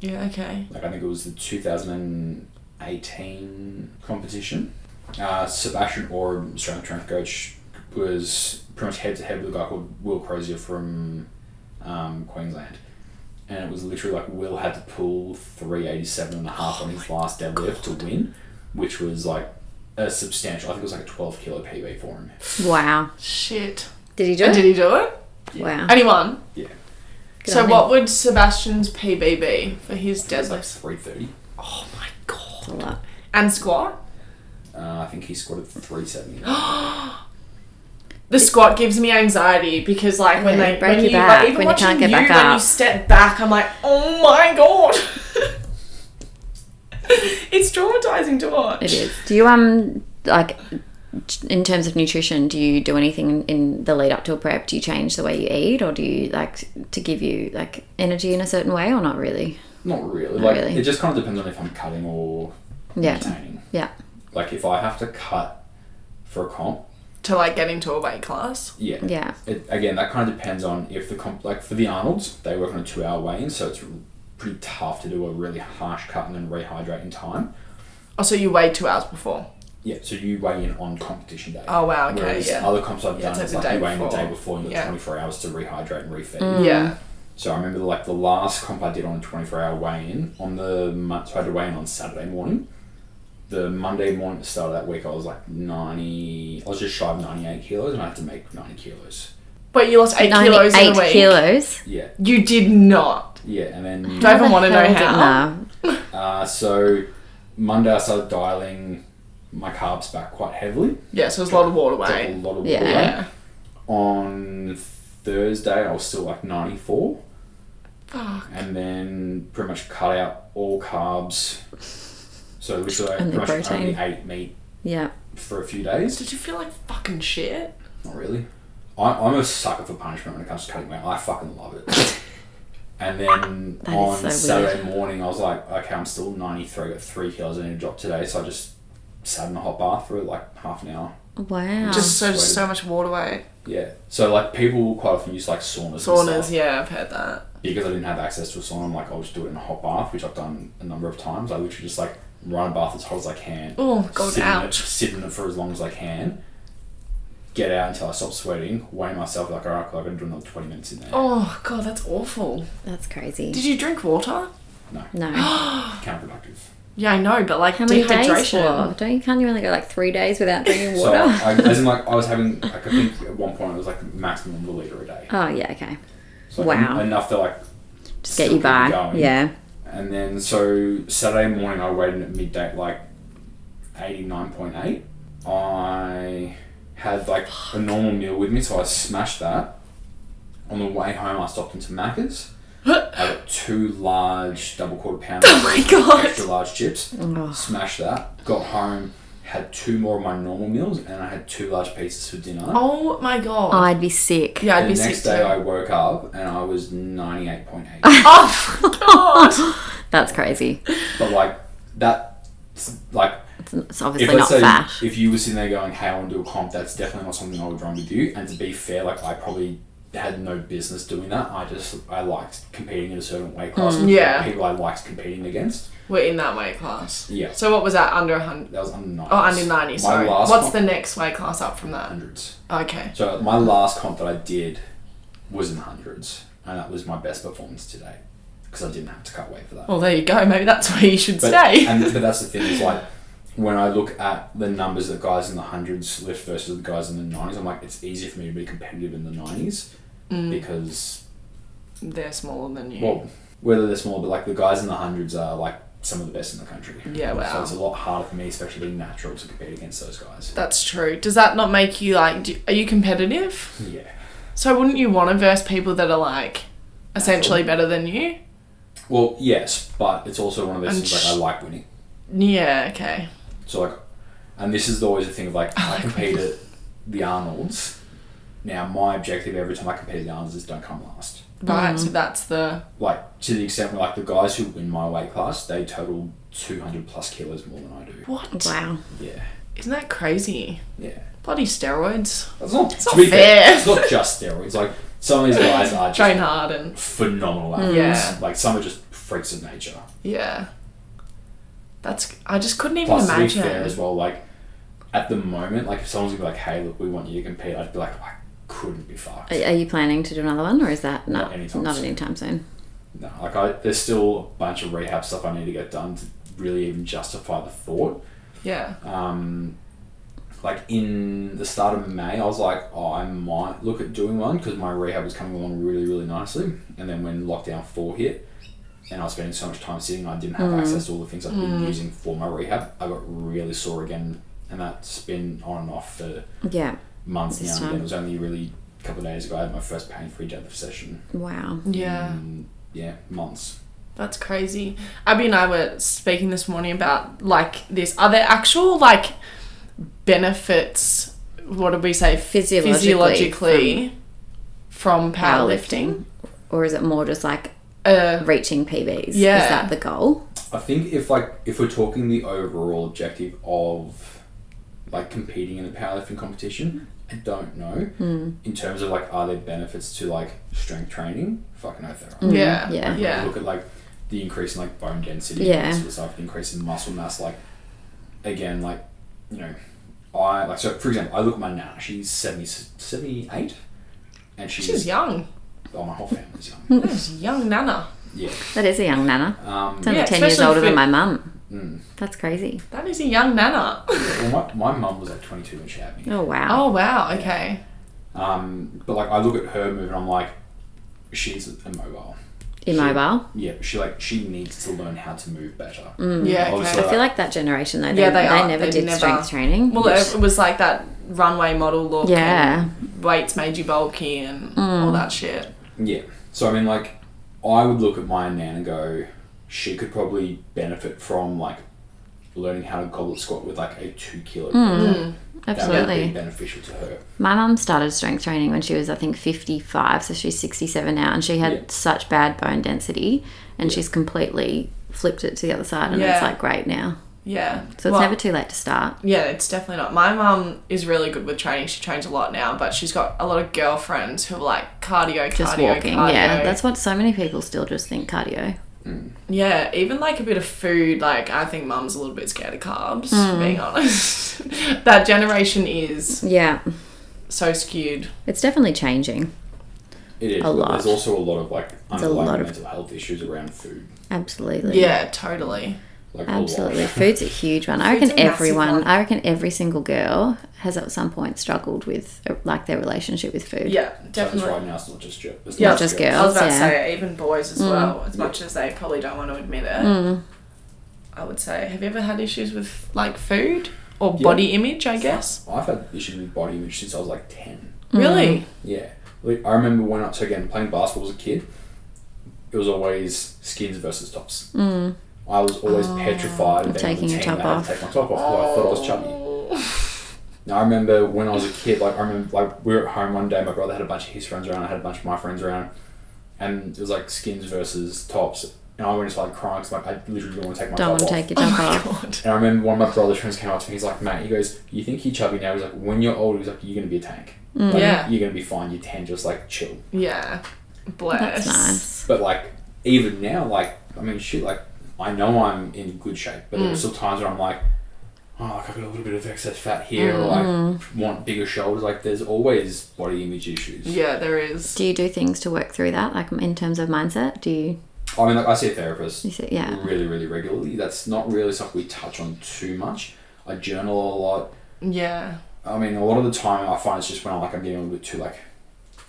Yeah. Okay. Like, I think it was the 2018 competition. Uh, Sebastian Orr, strength training coach, was pretty much head to head with a guy called Will Crozier from um, Queensland. And it was literally like Will had to pull 387 and a half on his last deadlift to win, which was like a substantial, I think it was like a 12 kilo PB for him. Wow. Shit. Did he do And did it? he do it? Wow. Anyone? Yeah. Good so on Oh what would Sebastian's PB be for his It was like deadlifts? 330. Oh my god. That's a lot. And squat? Uh, I think he squatted 370. The squat gives me anxiety because like when Yeah, they break when your you back, like, even when you watching can't get back when you up. step back, I'm like, oh my god. <laughs> it's traumatizing to watch. It is. Do you um like in terms of nutrition? Do you do anything in the lead up to a prep? Do you change the way you eat, or do you like to give you like energy in a certain way, or not really? Not really. like really. it just kind of depends on if I'm cutting or Yeah. retaining. Yeah. Like if I have to cut for a comp, To like get into a weight class. yeah. Yeah. It, again, that kind of depends on if the comp. Like for the Arnold's, they work on a two-hour weigh-in, so it's r- pretty tough to do a really harsh cut and then rehydrate in time. Oh, so you weigh two hours before. Yeah. So you weigh in on competition day. Oh wow, okay, Whereas yeah. other comps I've Yeah, done, it's it's like like the you day weigh in the day before. before and you've got Yeah. 24 hours to rehydrate and refeed. Mm. Mm. Yeah. So I remember like the last comp I did on a 24 hour weigh in on the mon- so I had to weigh in on Saturday morning. The Monday morning at the start of that week, I was like 90, I was just shy of 98 kilos and I had to make 90 kilos. But you lost eight kilos in a Ninety-eight week. kilos. Yeah, You did not. yeah. And then, Do I even How want the to know hell did- how? no. uh, so Monday I started dialing my carbs back quite heavily. Yeah, so it's a lot of water Took a weight. lot of Yeah. water. Yeah. On Thursday, I was still like 94. Fuck. and then pretty much cut out all carbs. So literally, I And pretty the much protein. only ate meat Yeah. for a few days. Did you feel like fucking shit? <laughs> Not really. I, I'm a sucker for punishment when it comes to cutting weight. I fucking love it. And then That is on so weird. Saturday morning, I was like, okay, I'm still 93, I got three kilos I need to drop today. So I just sat in the hot bath for like half an hour. Wow. Just so Sweaty. so much water weight. Yeah. So like people quite often use like saunas. and Saunas, stuff. yeah, I've heard that. Because I didn't have access to a sauna, I'm like, I'll just do it in a hot bath, which I've done a number of times. I literally just like run a bath as hot as I can. Oh god, sit In it, ouch. sit in it for as long as I can. Get out until I stop sweating. Weigh myself like, all right, cool, I'm gonna do another 20 minutes in there. Oh god, that's awful. That's crazy. Did you drink water? <gasps> no. Counterproductive. Yeah, I know, but like How many days dehydration. for? Don't you can't you only go like three days <laughs> without drinking So water? I, as in like I was having like I think at one point it was like maximum of a liter a day. <laughs> oh yeah, okay. So like, Wow. Enough to like Just still get you keep by. going. Yeah. And then so Saturday morning I waited at midday like eighty nine point eight. I had like a normal meal with me, so I smashed that. On the way home, I stopped <gasps> into Macca's. I got two large double quarter pounders, Oh <laughs> my God. extra large chips. Oh. Smashed that. Got home, had two more of my normal meals, and I had two large pizzas for dinner. Oh my god. I'd be sick. yeah, I'd the be next sick. day too. I woke up and I was <laughs> 98.8. Oh my <laughs> god. That's crazy. but like that, like It's, it's obviously if let's not say fat. if you were sitting there going, "Hey, I want to do a comp," that's definitely not something I would run with you. And to be fair, like I probably had no business doing that. I just I liked competing in a certain weight class. with Mm, Yeah. people I liked competing against. <laughs> We're in that weight class. Yeah. So what was that? Under 100? That was under 90s. Oh, under 90, My sorry. last What's comp- the next weight class up from that? hundreds? Okay. So my last comp that I did was in the hundreds, and that was my best performance today because I didn't have to cut weight for that. Well, Oh, there you go. Maybe that's where you should But, stay. and, but that's the thing is like when I look at the numbers that guys in the hundreds lift versus the guys in the nineties, I'm like it's easier for me to be competitive in the nineties Mm. because They're smaller than you. well, whether they're small, but like the guys in the hundreds are like some of the best in the country. Yeah, So wow. it's a lot harder for me, especially being natural, to compete against those guys. That's true. Does that not make you like? Do, are you competitive? Yeah. So wouldn't you want to verse people that are like essentially better than you? Well, yes, but it's also one of those And things sh- like I like winning. Yeah. Okay. So like, and this is always a thing of like I compete at the Arnold's. Now my objective every time I compete at the Arnold's is don't come last. Right. So that's the. like to the extent where like the guys who win my weight class they total 200 plus kilos more than i do What? Wow. yeah Isn't that crazy? yeah Bloody steroids. that's not, not to be fair. it's not just steroids like some of <laughs> these guys are just Train hard and phenomenal athletes Yeah. like some are just freaks of nature yeah. That's. I just couldn't even plus to be fair as imagine. well like at the moment like if someone's gonna be like hey look we want you to compete i'd be like i couldn't be fucked Are, are you planning to do another one, or is that no, Not anytime not soon. anytime soon? no like i there's still a bunch of rehab stuff i need to get done to really even justify the thought Yeah. um, like in the start of May, I was like, oh, I might look at doing one because my rehab was coming along really, really nicely. And then when lockdown four hit, and I was spending so much time sitting, I didn't have Mm. access to all the things I've been using for my rehab. I got really sore again, and that's been on and off for Yeah. months This now. And time. then it was only really a couple of days ago I had my first pain-free deadlift session. Wow. Yeah. in, yeah, months. That's crazy. Abby and I were speaking this morning about like this. Are there actual like benefits? What did we say? Physiologically physiologically from, powerlifting. Powerlifting. Or is it more just like Uh, reaching PBs? Yeah. Is that the goal? I think if like if we're talking the overall objective of like competing in a powerlifting competition, I don't know. In terms of like, are there benefits to like strength training? Fucking oath there are. yeah, Mm, yeah. yeah, Like, Look at like the increase in like bone density, and Yeah. that sort of stuff, the increase in muscle mass. Like again, like you know, I like so for example, I look at my nana. She's 70, 78 and she's, She's young. oh my whole family's young. She's a young nana. yeah. That is a young nana. Um, It's only Yeah, ten years especially older for- than my mum. mm. That's crazy. That is a young nana. <laughs> well, my my mum was like twenty two when she had me. Oh wow. Oh wow. Okay. Um, but like I look at her move and I'm like, she's immobile. Immobile. Yeah, she like she needs to learn how to move better. Mm. Yeah. Obviously, Okay. I feel like that generation though, they, Yeah, they, they are. never They did never- strength training. Well, it was like that runway model look. yeah. Mm. and weights made you bulky and all that shit. Yeah. So I mean, like, I would look at my nan and go, she could probably benefit from like learning how to goblet squat with like a two kilo. Mm. That would be Absolutely. beneficial to her. My mum started strength training when she was, I think, 55, so she's 67 now, and she had Yeah. such bad bone density, and she's completely flipped it to the other side, and Yeah. it's like great now. Yeah. So it's Well, never too late to start. Yeah, it's definitely not. My mum is really good with training. She trains a lot now, but she's got a lot of girlfriends who are like cardio, cardio, Just walking. cardio. Yeah, that's what so many people still just think cardio. Yeah, even like a bit of food. Like I think mum's a little bit scared of carbs. Hmm. Being honest, <laughs> that generation is Yeah, so skewed. it's definitely changing. It is. A but lot. There's also a lot of like a underlying lot of- mental health issues around food. Absolutely. Yeah, totally. Like <laughs> Absolutely. A lot. Food's a huge one. I Food's reckon a massive everyone, one. I reckon every single girl has at some point struggled with uh, like their relationship with food. Yeah, So it's definitely. right now. It's not just girls. It's Yeah. not Just I was about to Yeah. Hmm. say even boys as well, as much as they probably don't want to admit it. I would say, have you ever had issues with like food or Yeah. body image? I guess. I've had issues with body image since I was like ten. Hmm. Really? Yeah. Like, I remember when I so again playing basketball as a kid, it was always skins versus tops. Mm. I was always petrified of being on Oh, taking the your team top that had off. to take my top off. Oh. I thought I <laughs> was chubby. Now, I remember when I was a kid, like, I remember, like, we were at home one day, my brother had a bunch of his friends around, I had a bunch of my friends around, and it was, like, skins versus tops, and I went just, like, crying, 'cause, like, I literally didn't want to take my Don't want top to off. take your Oh jump my off. god. and I remember one of my brother's friends came up to me, he's like, mate, he goes, you think you're chubby now? He's like, when you're old, he's like, you're going to be a tank. Like, Yeah. You're going to be fine, you're 10, just, like, chill. Yeah. Bless. That's nice. But, like, even now, like, I mean, shit, like, I know I'm in good shape, but there were still times where I'm like, oh, like, I've got a little bit of excess fat here, or, like, want bigger shoulders. Like, there's always body image issues. Yeah, there is. Do you do things to work through that, like in terms of mindset? Do you? I mean, like, I see a therapist you say, yeah. really, really regularly. That's not really something we touch on too much. I journal a lot. Yeah. I mean, a lot of the time I find it's just when I like I'm getting a little bit too like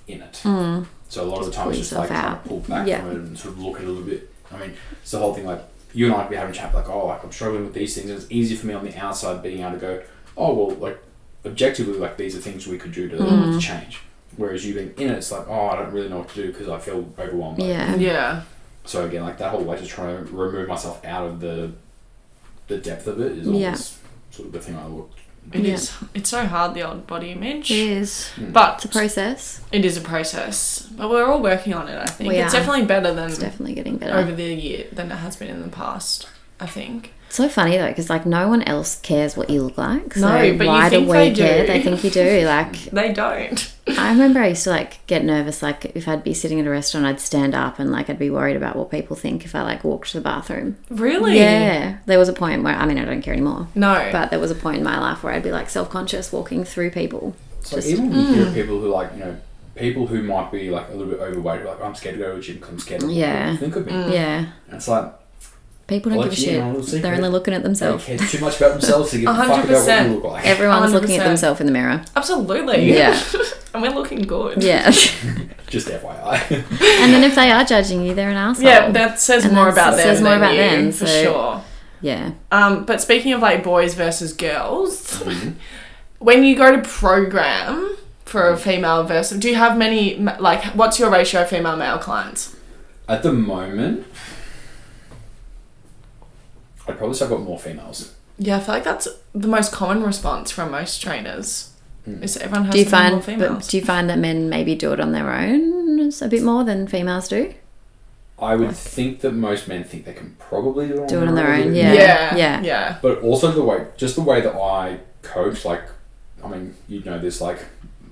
in it. Mm. So a lot of the time it's pull just like yourself trying out. to pull back Yeah. from it and sort of look at it a little bit. I mean, it's the whole thing like you and I would be having a chat like, oh, like I'm struggling with these things. And it's easy for me on the outside being able to go, oh well, like objectively, like these are things we could do to, Mm. to change. Whereas you being in it, it's like, oh, I don't really know what to do because I feel overwhelmed. by it. Yeah. Yeah. So again, like that whole way to try to remove myself out of the the depth of it is always Yeah. sort of the thing I look. It is. Yeah. It's so hard, the old body image. It is. It's But a process. it is a process. But we're all working on it, I think. We it's are. definitely better than It's definitely getting better. over the year than it has been in the past, I think. It's so funny though, because like no one else cares what you look like. So No, but you why think do we they do. care? They think you do. Like They don't. <laughs> I remember I used to like get nervous, like if I'd be sitting at a restaurant, I'd stand up and like I'd be worried about what people think if I like walked to the bathroom. Really? Yeah, there was a point where I mean I don't care anymore, No. but there was a point in my life where I'd be like self conscious walking through people. So Just- mm. even when you hear people who like you know people who might be like a little bit overweight, who are like I'm scared to go to the gym because I'm scared. Of what Yeah. Mm. people Think of me. Mm. Yeah, And it's like people don't Well, give a actually, shit. you know, little secret. They're only looking at they themselves. care too much about themselves to give <laughs> a fuck about what 100%. you look like. Everyone's looking at 100%. themselves in the mirror. Absolutely. Yeah, <laughs> and we're looking good. yeah. Just FYI. <laughs> and then if they are judging you, they're an asshole. Yeah, that says And more that's- about them. says more than about you, them, for so- sure. yeah. Um, but speaking of like boys versus girls, when you go to program for a female versus, do you have many m- like what's your ratio of female male clients? <laughs> At the moment, I'd probably say I've got more females. Yeah, I feel like that's the most common response from most trainers. Hmm. Is everyone has Do you to be find more but females? do you find that men maybe do it on their own a bit more than females do? I would think that most men think they can probably do it on, Do it on their own, but- yeah. yeah, yeah. yeah, But also the way, just the way that I coach, like, I mean, you know this, like,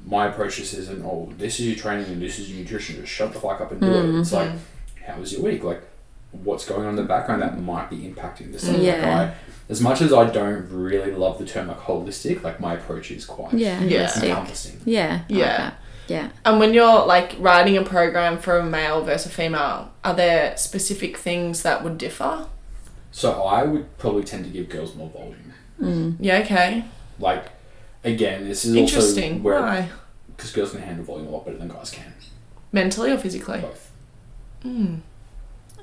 my approach just isn't, oh, this is your training and this is your nutrition. Just shut the fuck up and do it. It's like, Mm-hmm. how was your week? Like, what's going on in the background that might be impacting this? Like, Mm-hmm. Yeah. I, as much as I don't really love the term like holistic, like my approach is quite Yeah. Yeah. holistic. encompassing. Yeah. I like Yeah. that. yeah. And when you're like writing a program for a male versus female, are there specific things that would differ? So I would probably tend to give girls more volume. Yeah, okay, Like, again, this is also interesting. where Why? because girls can handle volume a lot better than guys can. Mentally or physically? Both.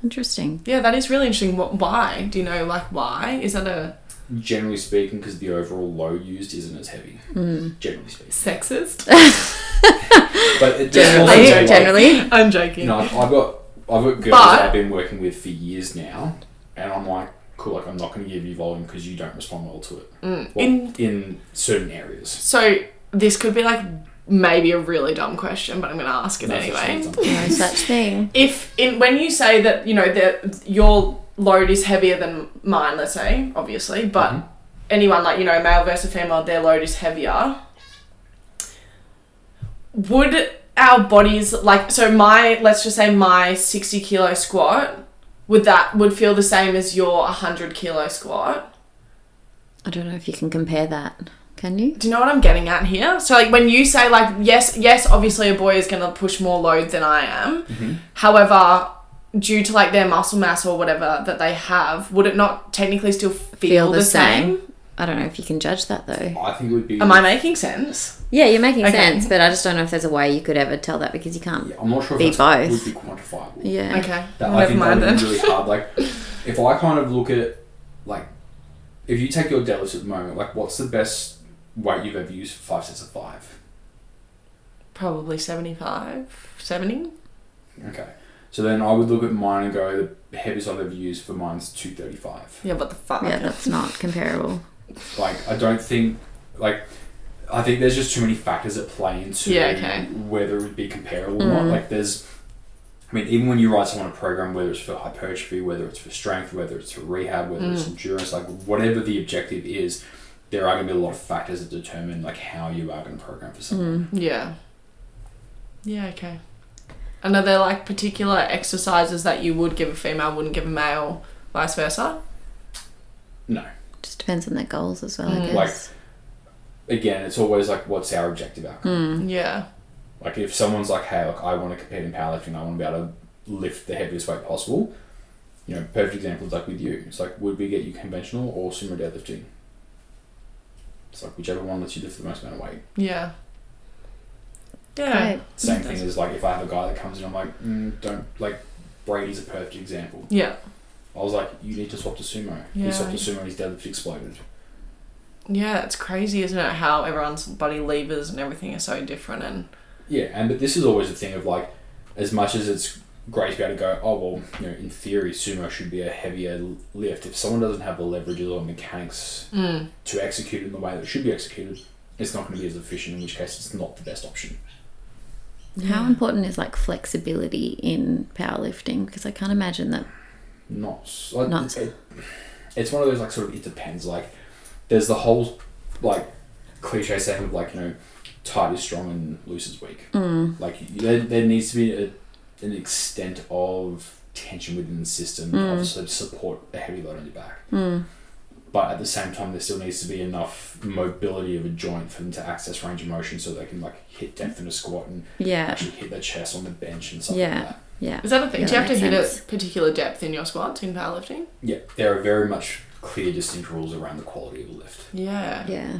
Interesting. Yeah, that is really interesting. What? Why? Do you know like why? Is that a generally speaking, because the overall load used isn't as heavy. Hmm. Generally speaking, sexist? but Generally, it <laughs> generally, like, generally. I'm joking. you know, I've I've got I've got girls But- I've been working with for years now, and I'm like, cool, like I'm not going to give you volume because you don't respond well to it. Mm. Well, In- in, certain areas. So this could be like maybe a really dumb question, but I'm going to ask it No such anyway. things, I'm- No such thing. if in when you say that you know that your load is heavier than mine let's say obviously but Mhm. anyone like you know male versus female their load is heavier would our bodies like so my let's just say my 60 kilo squat would that would feel the same as your 100 kilo squat I don't know if you can compare that. Can you? do you know what i'm getting at here so like when you say like yes yes obviously a boy is going to push more load than i am Mm-hmm. However, due to like their muscle mass or whatever that they have, would it not technically still feel, the, same? I don't know if you can judge that though. I think it would be. Am I making sense? Yeah, you're making Okay. sense, but I just don't know if there's a way you could ever tell that because you can't. yeah, I'm not sure Be if that both. would be quantifiable. Yeah. Okay, That, I never think that mind would be then. really hard. Like, if I kind of look at, like, if you take your deadlifts at the moment, like, what's the best weight you've ever used for five sets of five? Probably 75, 70. Okay. So then I would look at mine and go, the heaviest I've ever used for mine's 235. Yeah, what the fuck? Yeah, that's not comparable. Like, I don't think, like, I think there's just too many factors that play into Yeah, okay. whether it would be comparable or not. Mm. Like, there's, I mean, even when you write someone a program, whether it's for hypertrophy, whether it's for strength, whether it's for rehab, whether Mm. it's endurance, like, whatever the objective is, there are going to be a lot of factors that determine, like, how you are going to program for Mm. someone. Yeah. Yeah, okay. And are there like particular exercises that you would give a female, wouldn't give a male, vice versa? No. Just depends on their goals as well, Mm. I guess. Like- Again, it's always like, what's our objective outcome? Hmm. Yeah. Like if someone's like, hey, look, I want to compete in powerlifting, I want to be able to lift the heaviest weight possible. You know, perfect example is like with you. It's like, would we get you conventional or sumo deadlifting? It's like whichever one lets you lift the most amount of weight. Yeah. Yeah. Right. Same thing That's- as like if I have a guy that comes in, I'm like, mm, don't like Brady's a perfect example. Yeah. I was like, you need to swap to sumo. Yeah. He swapped to sumo, his deadlift exploded. Yeah, it's crazy, isn't it? How everyone's body levers and everything are so different, and Yeah, and but this is always a thing of like, as much as it's great to be able to go, oh well, you know, in theory, sumo should be a heavier l- lift. If someone doesn't have the leverages or mechanics Hmm. to execute in the way that it should be executed, it's not going to be as efficient. In which case, it's not the best option. How important is like flexibility in powerlifting? Because I can't imagine that. Not s- like, Not- it- it's one of those like sort of it depends. Like, there's the whole like cliche saying of like you know, tight is strong and loose is weak. Mm. like there, there needs to be a, an extent of tension within the system Mm. of sort of support a heavy load on your back Mm. but at the same time there still needs to be enough mobility of a joint for them to access range of motion so they can like hit depth in a squat and Yeah, actually hit their chest on the bench and stuff Yeah. like that yeah. is that a thing? Yeah, Do you have to makes hit sense. a particular depth in your squats in powerlifting? yeah there are very much clear distinct rules around the quality of a lift Yeah. Yeah.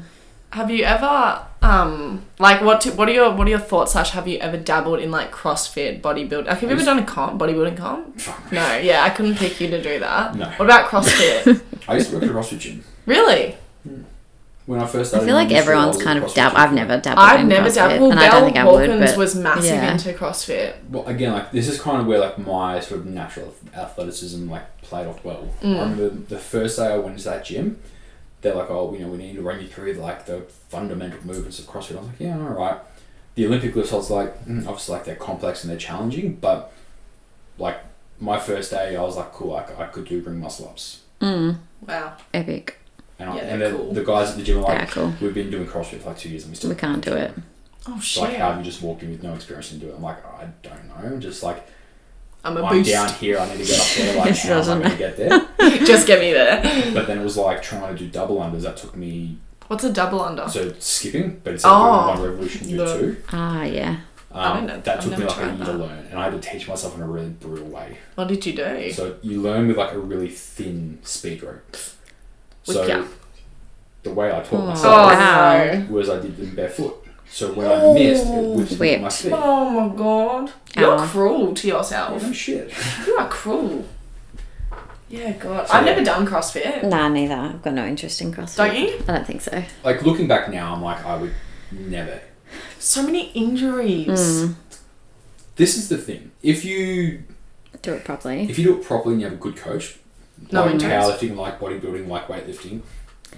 Have you ever, um, like, what t- what are your what are your thoughts? Slash, have you ever dabbled in like CrossFit bodybuilding? Like, have you ever done a comp bodybuilding comp? Fuck. No. Yeah, I couldn't pick you to do that. No. What about <laughs> CrossFit? I used to work at a CrossFit gym really? when I first I started feel in like the industry, I everyone's was at kind a of CrossFit dab. gym. I've never dabbled. I've in never CrossFit, dabbled. Well, and I don't think I Belle Wilkins would. But was massive yeah. into CrossFit. Well, again, like this is kind of where like my sort of natural athleticism like played off well. Mm. I remember the first day I went into that gym, they're like, "Oh, you know, we need to run you through like the fundamental movements of CrossFit." I was like, "Yeah, all right." The Olympic lifts, I was like, mm, obviously, like they're complex and they're challenging, but like my first day, I was like, "Cool, like I could do ring muscle ups." mm, Wow. epic. And, I, Yeah, and they're the, cool. the guys at the gym are Yeah, like, cool. "We've been doing CrossFit for like two years and we still We can't do it. Oh It's shit. Like, um, how have you just walked in with no experience and do it? I'm like, I don't know. I'm just like, I'm a I'm boost. down here. I need to get up there. Like, Yes, how am I doesn't going to get there? <laughs> Just get me there. But then it was like trying to do double unders. That took me <laughs> What's a double under? so skipping, but it's like doing Oh. one revolution you do No. two. Ah, yeah. I Um, don't know. that I've took me never like a tried year to that. learn, and I had to teach myself in a really brutal way. What did you do? So you learn with like a really thin speed rope. So Wicked. the way I taught Oh. oh myself Wow. no. was I did them barefoot. So when I missed, it whipped into my Whipped. feet. Oh my god. You're Ow. cruel to Oh yourself. no shit! You are cruel. Yeah, God. So, I've yeah. never done CrossFit. Nah, neither. I've got no interest in CrossFit. Don't you? I don't think so. Like looking back now, I'm like I would never So many injuries. This is the thing. If you Do it properly. if you do it properly and you have a good coach, No like interest. powerlifting, like bodybuilding, like weightlifting.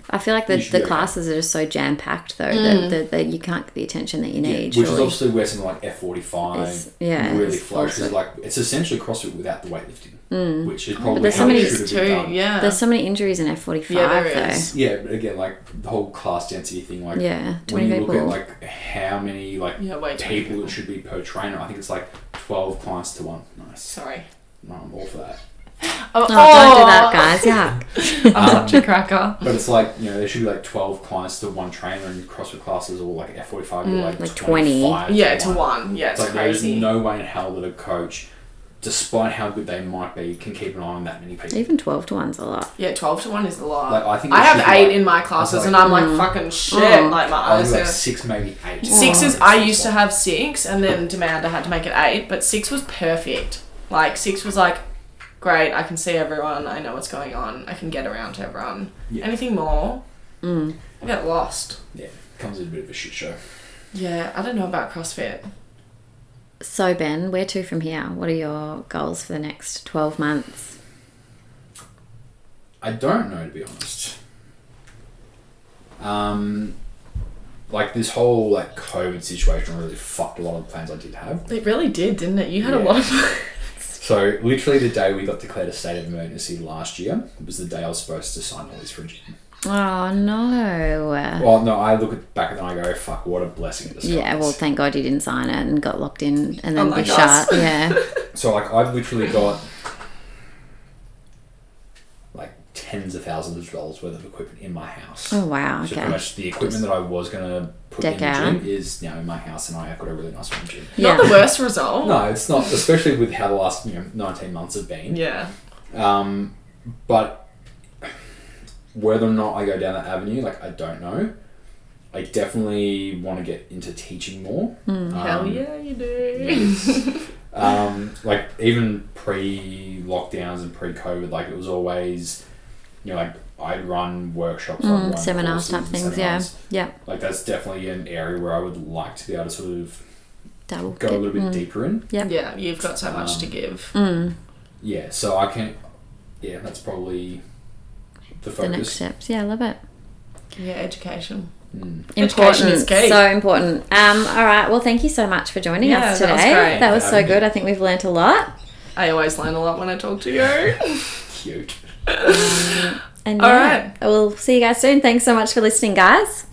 I feel like the, You should the do it. classes are just so jam packed though that, that, that you can't get the attention that you need. Which is surely. obviously where something like F forty five It's- yeah, really it's flows. 'cause, awesome. like it's essentially CrossFit without the weightlifting, which is probably Mm. but there's so how it many should have too. been done. Yeah. There's so many injuries in F45 Yeah, there though. is. Yeah, but again, like the whole class density thing, like Yeah, when 20 you look at people. like how many like Yeah, way too many people it should be per trainer, I think it's like twelve clients to one. <laughs> Nice. Sorry. No, I'm all for that. Oh, oh, don't do that, guys. Yeah. I'm such a cracker. But it's like, you know, there should be like 12 clients to one trainer in CrossFit classes or like F45 Mm, or like, like 20. 20. Yeah, to one. Yeah, It's it's like there's crazy. no way in hell that a coach, despite how good they might be, can keep an eye on that many people. Even 12 to 1's a lot. yeah, twelve to one is a lot. Like, I think I it have should be eight like- in my classes, like- and I'm like fucking shit. Mm. Like my I eyes. think like are- six, maybe eight. Six is. Six I used to one. have six, and then Demanda had to make it eight. But six was perfect. Like six was like, great. I can see everyone. I know what's going on. I can get around to everyone. Yeah. Anything more, Mm. I get lost. Yeah, comes in a bit of a shit show. Yeah, I don't know about CrossFit. So, Ben, where to from here? What are your goals for the next 12 months? I don't know, to be honest. Um, like this whole like COVID situation really fucked a lot of the plans I did have. It really did, didn't it? You had a Yeah. lot of. <laughs> So literally the day we got declared a state of emergency last year was the day I was supposed to sign the lease for a gym. Oh, no. Well, no, I look at back and I go, "Fuck, what a blessing!" in disguise." Uh. Yeah, well, thank God you didn't sign it and got locked in and then Unlike big us. shot. Yeah. <laughs> so like I've literally got like tens of thousands of dollars worth of equipment in my house. Oh, wow. So pretty Okay. much the equipment that I was gonna put in Deck the out. gym is now in my house, and I have got a really nice home gym. Yeah. Not the worst result. No, it's not, especially with how the last you know nineteen months have been. Yeah. Um, but whether or not I go down that avenue, like I don't know. I definitely want to get into teaching more. Um, Hell yeah, you do. <laughs> um, like even pre lockdowns and pre COVID, like it was always, you know, like I'd run workshops, I'd Mm, run seminars courses type and things. Yeah. seminars. Yeah. Like that's definitely an area where I would like to be able to sort of Double. go a dip. little bit Mm. deeper in. Yeah. Yeah, you've got so much to Um, give. Mm. Yeah, so I can. Yeah, that's probably the The next focus. steps. Yeah, I love it. Yeah, education. Mm. Education important. is key. So important. Um, all right. Well, thank you so much for joining Yeah, us that today. was great. That was, so Having good. me. I think we've learnt a lot. I always learn a lot when I talk to you. <laughs> Cute. And All yeah, we'll see you guys soon. Thanks so much for listening, guys.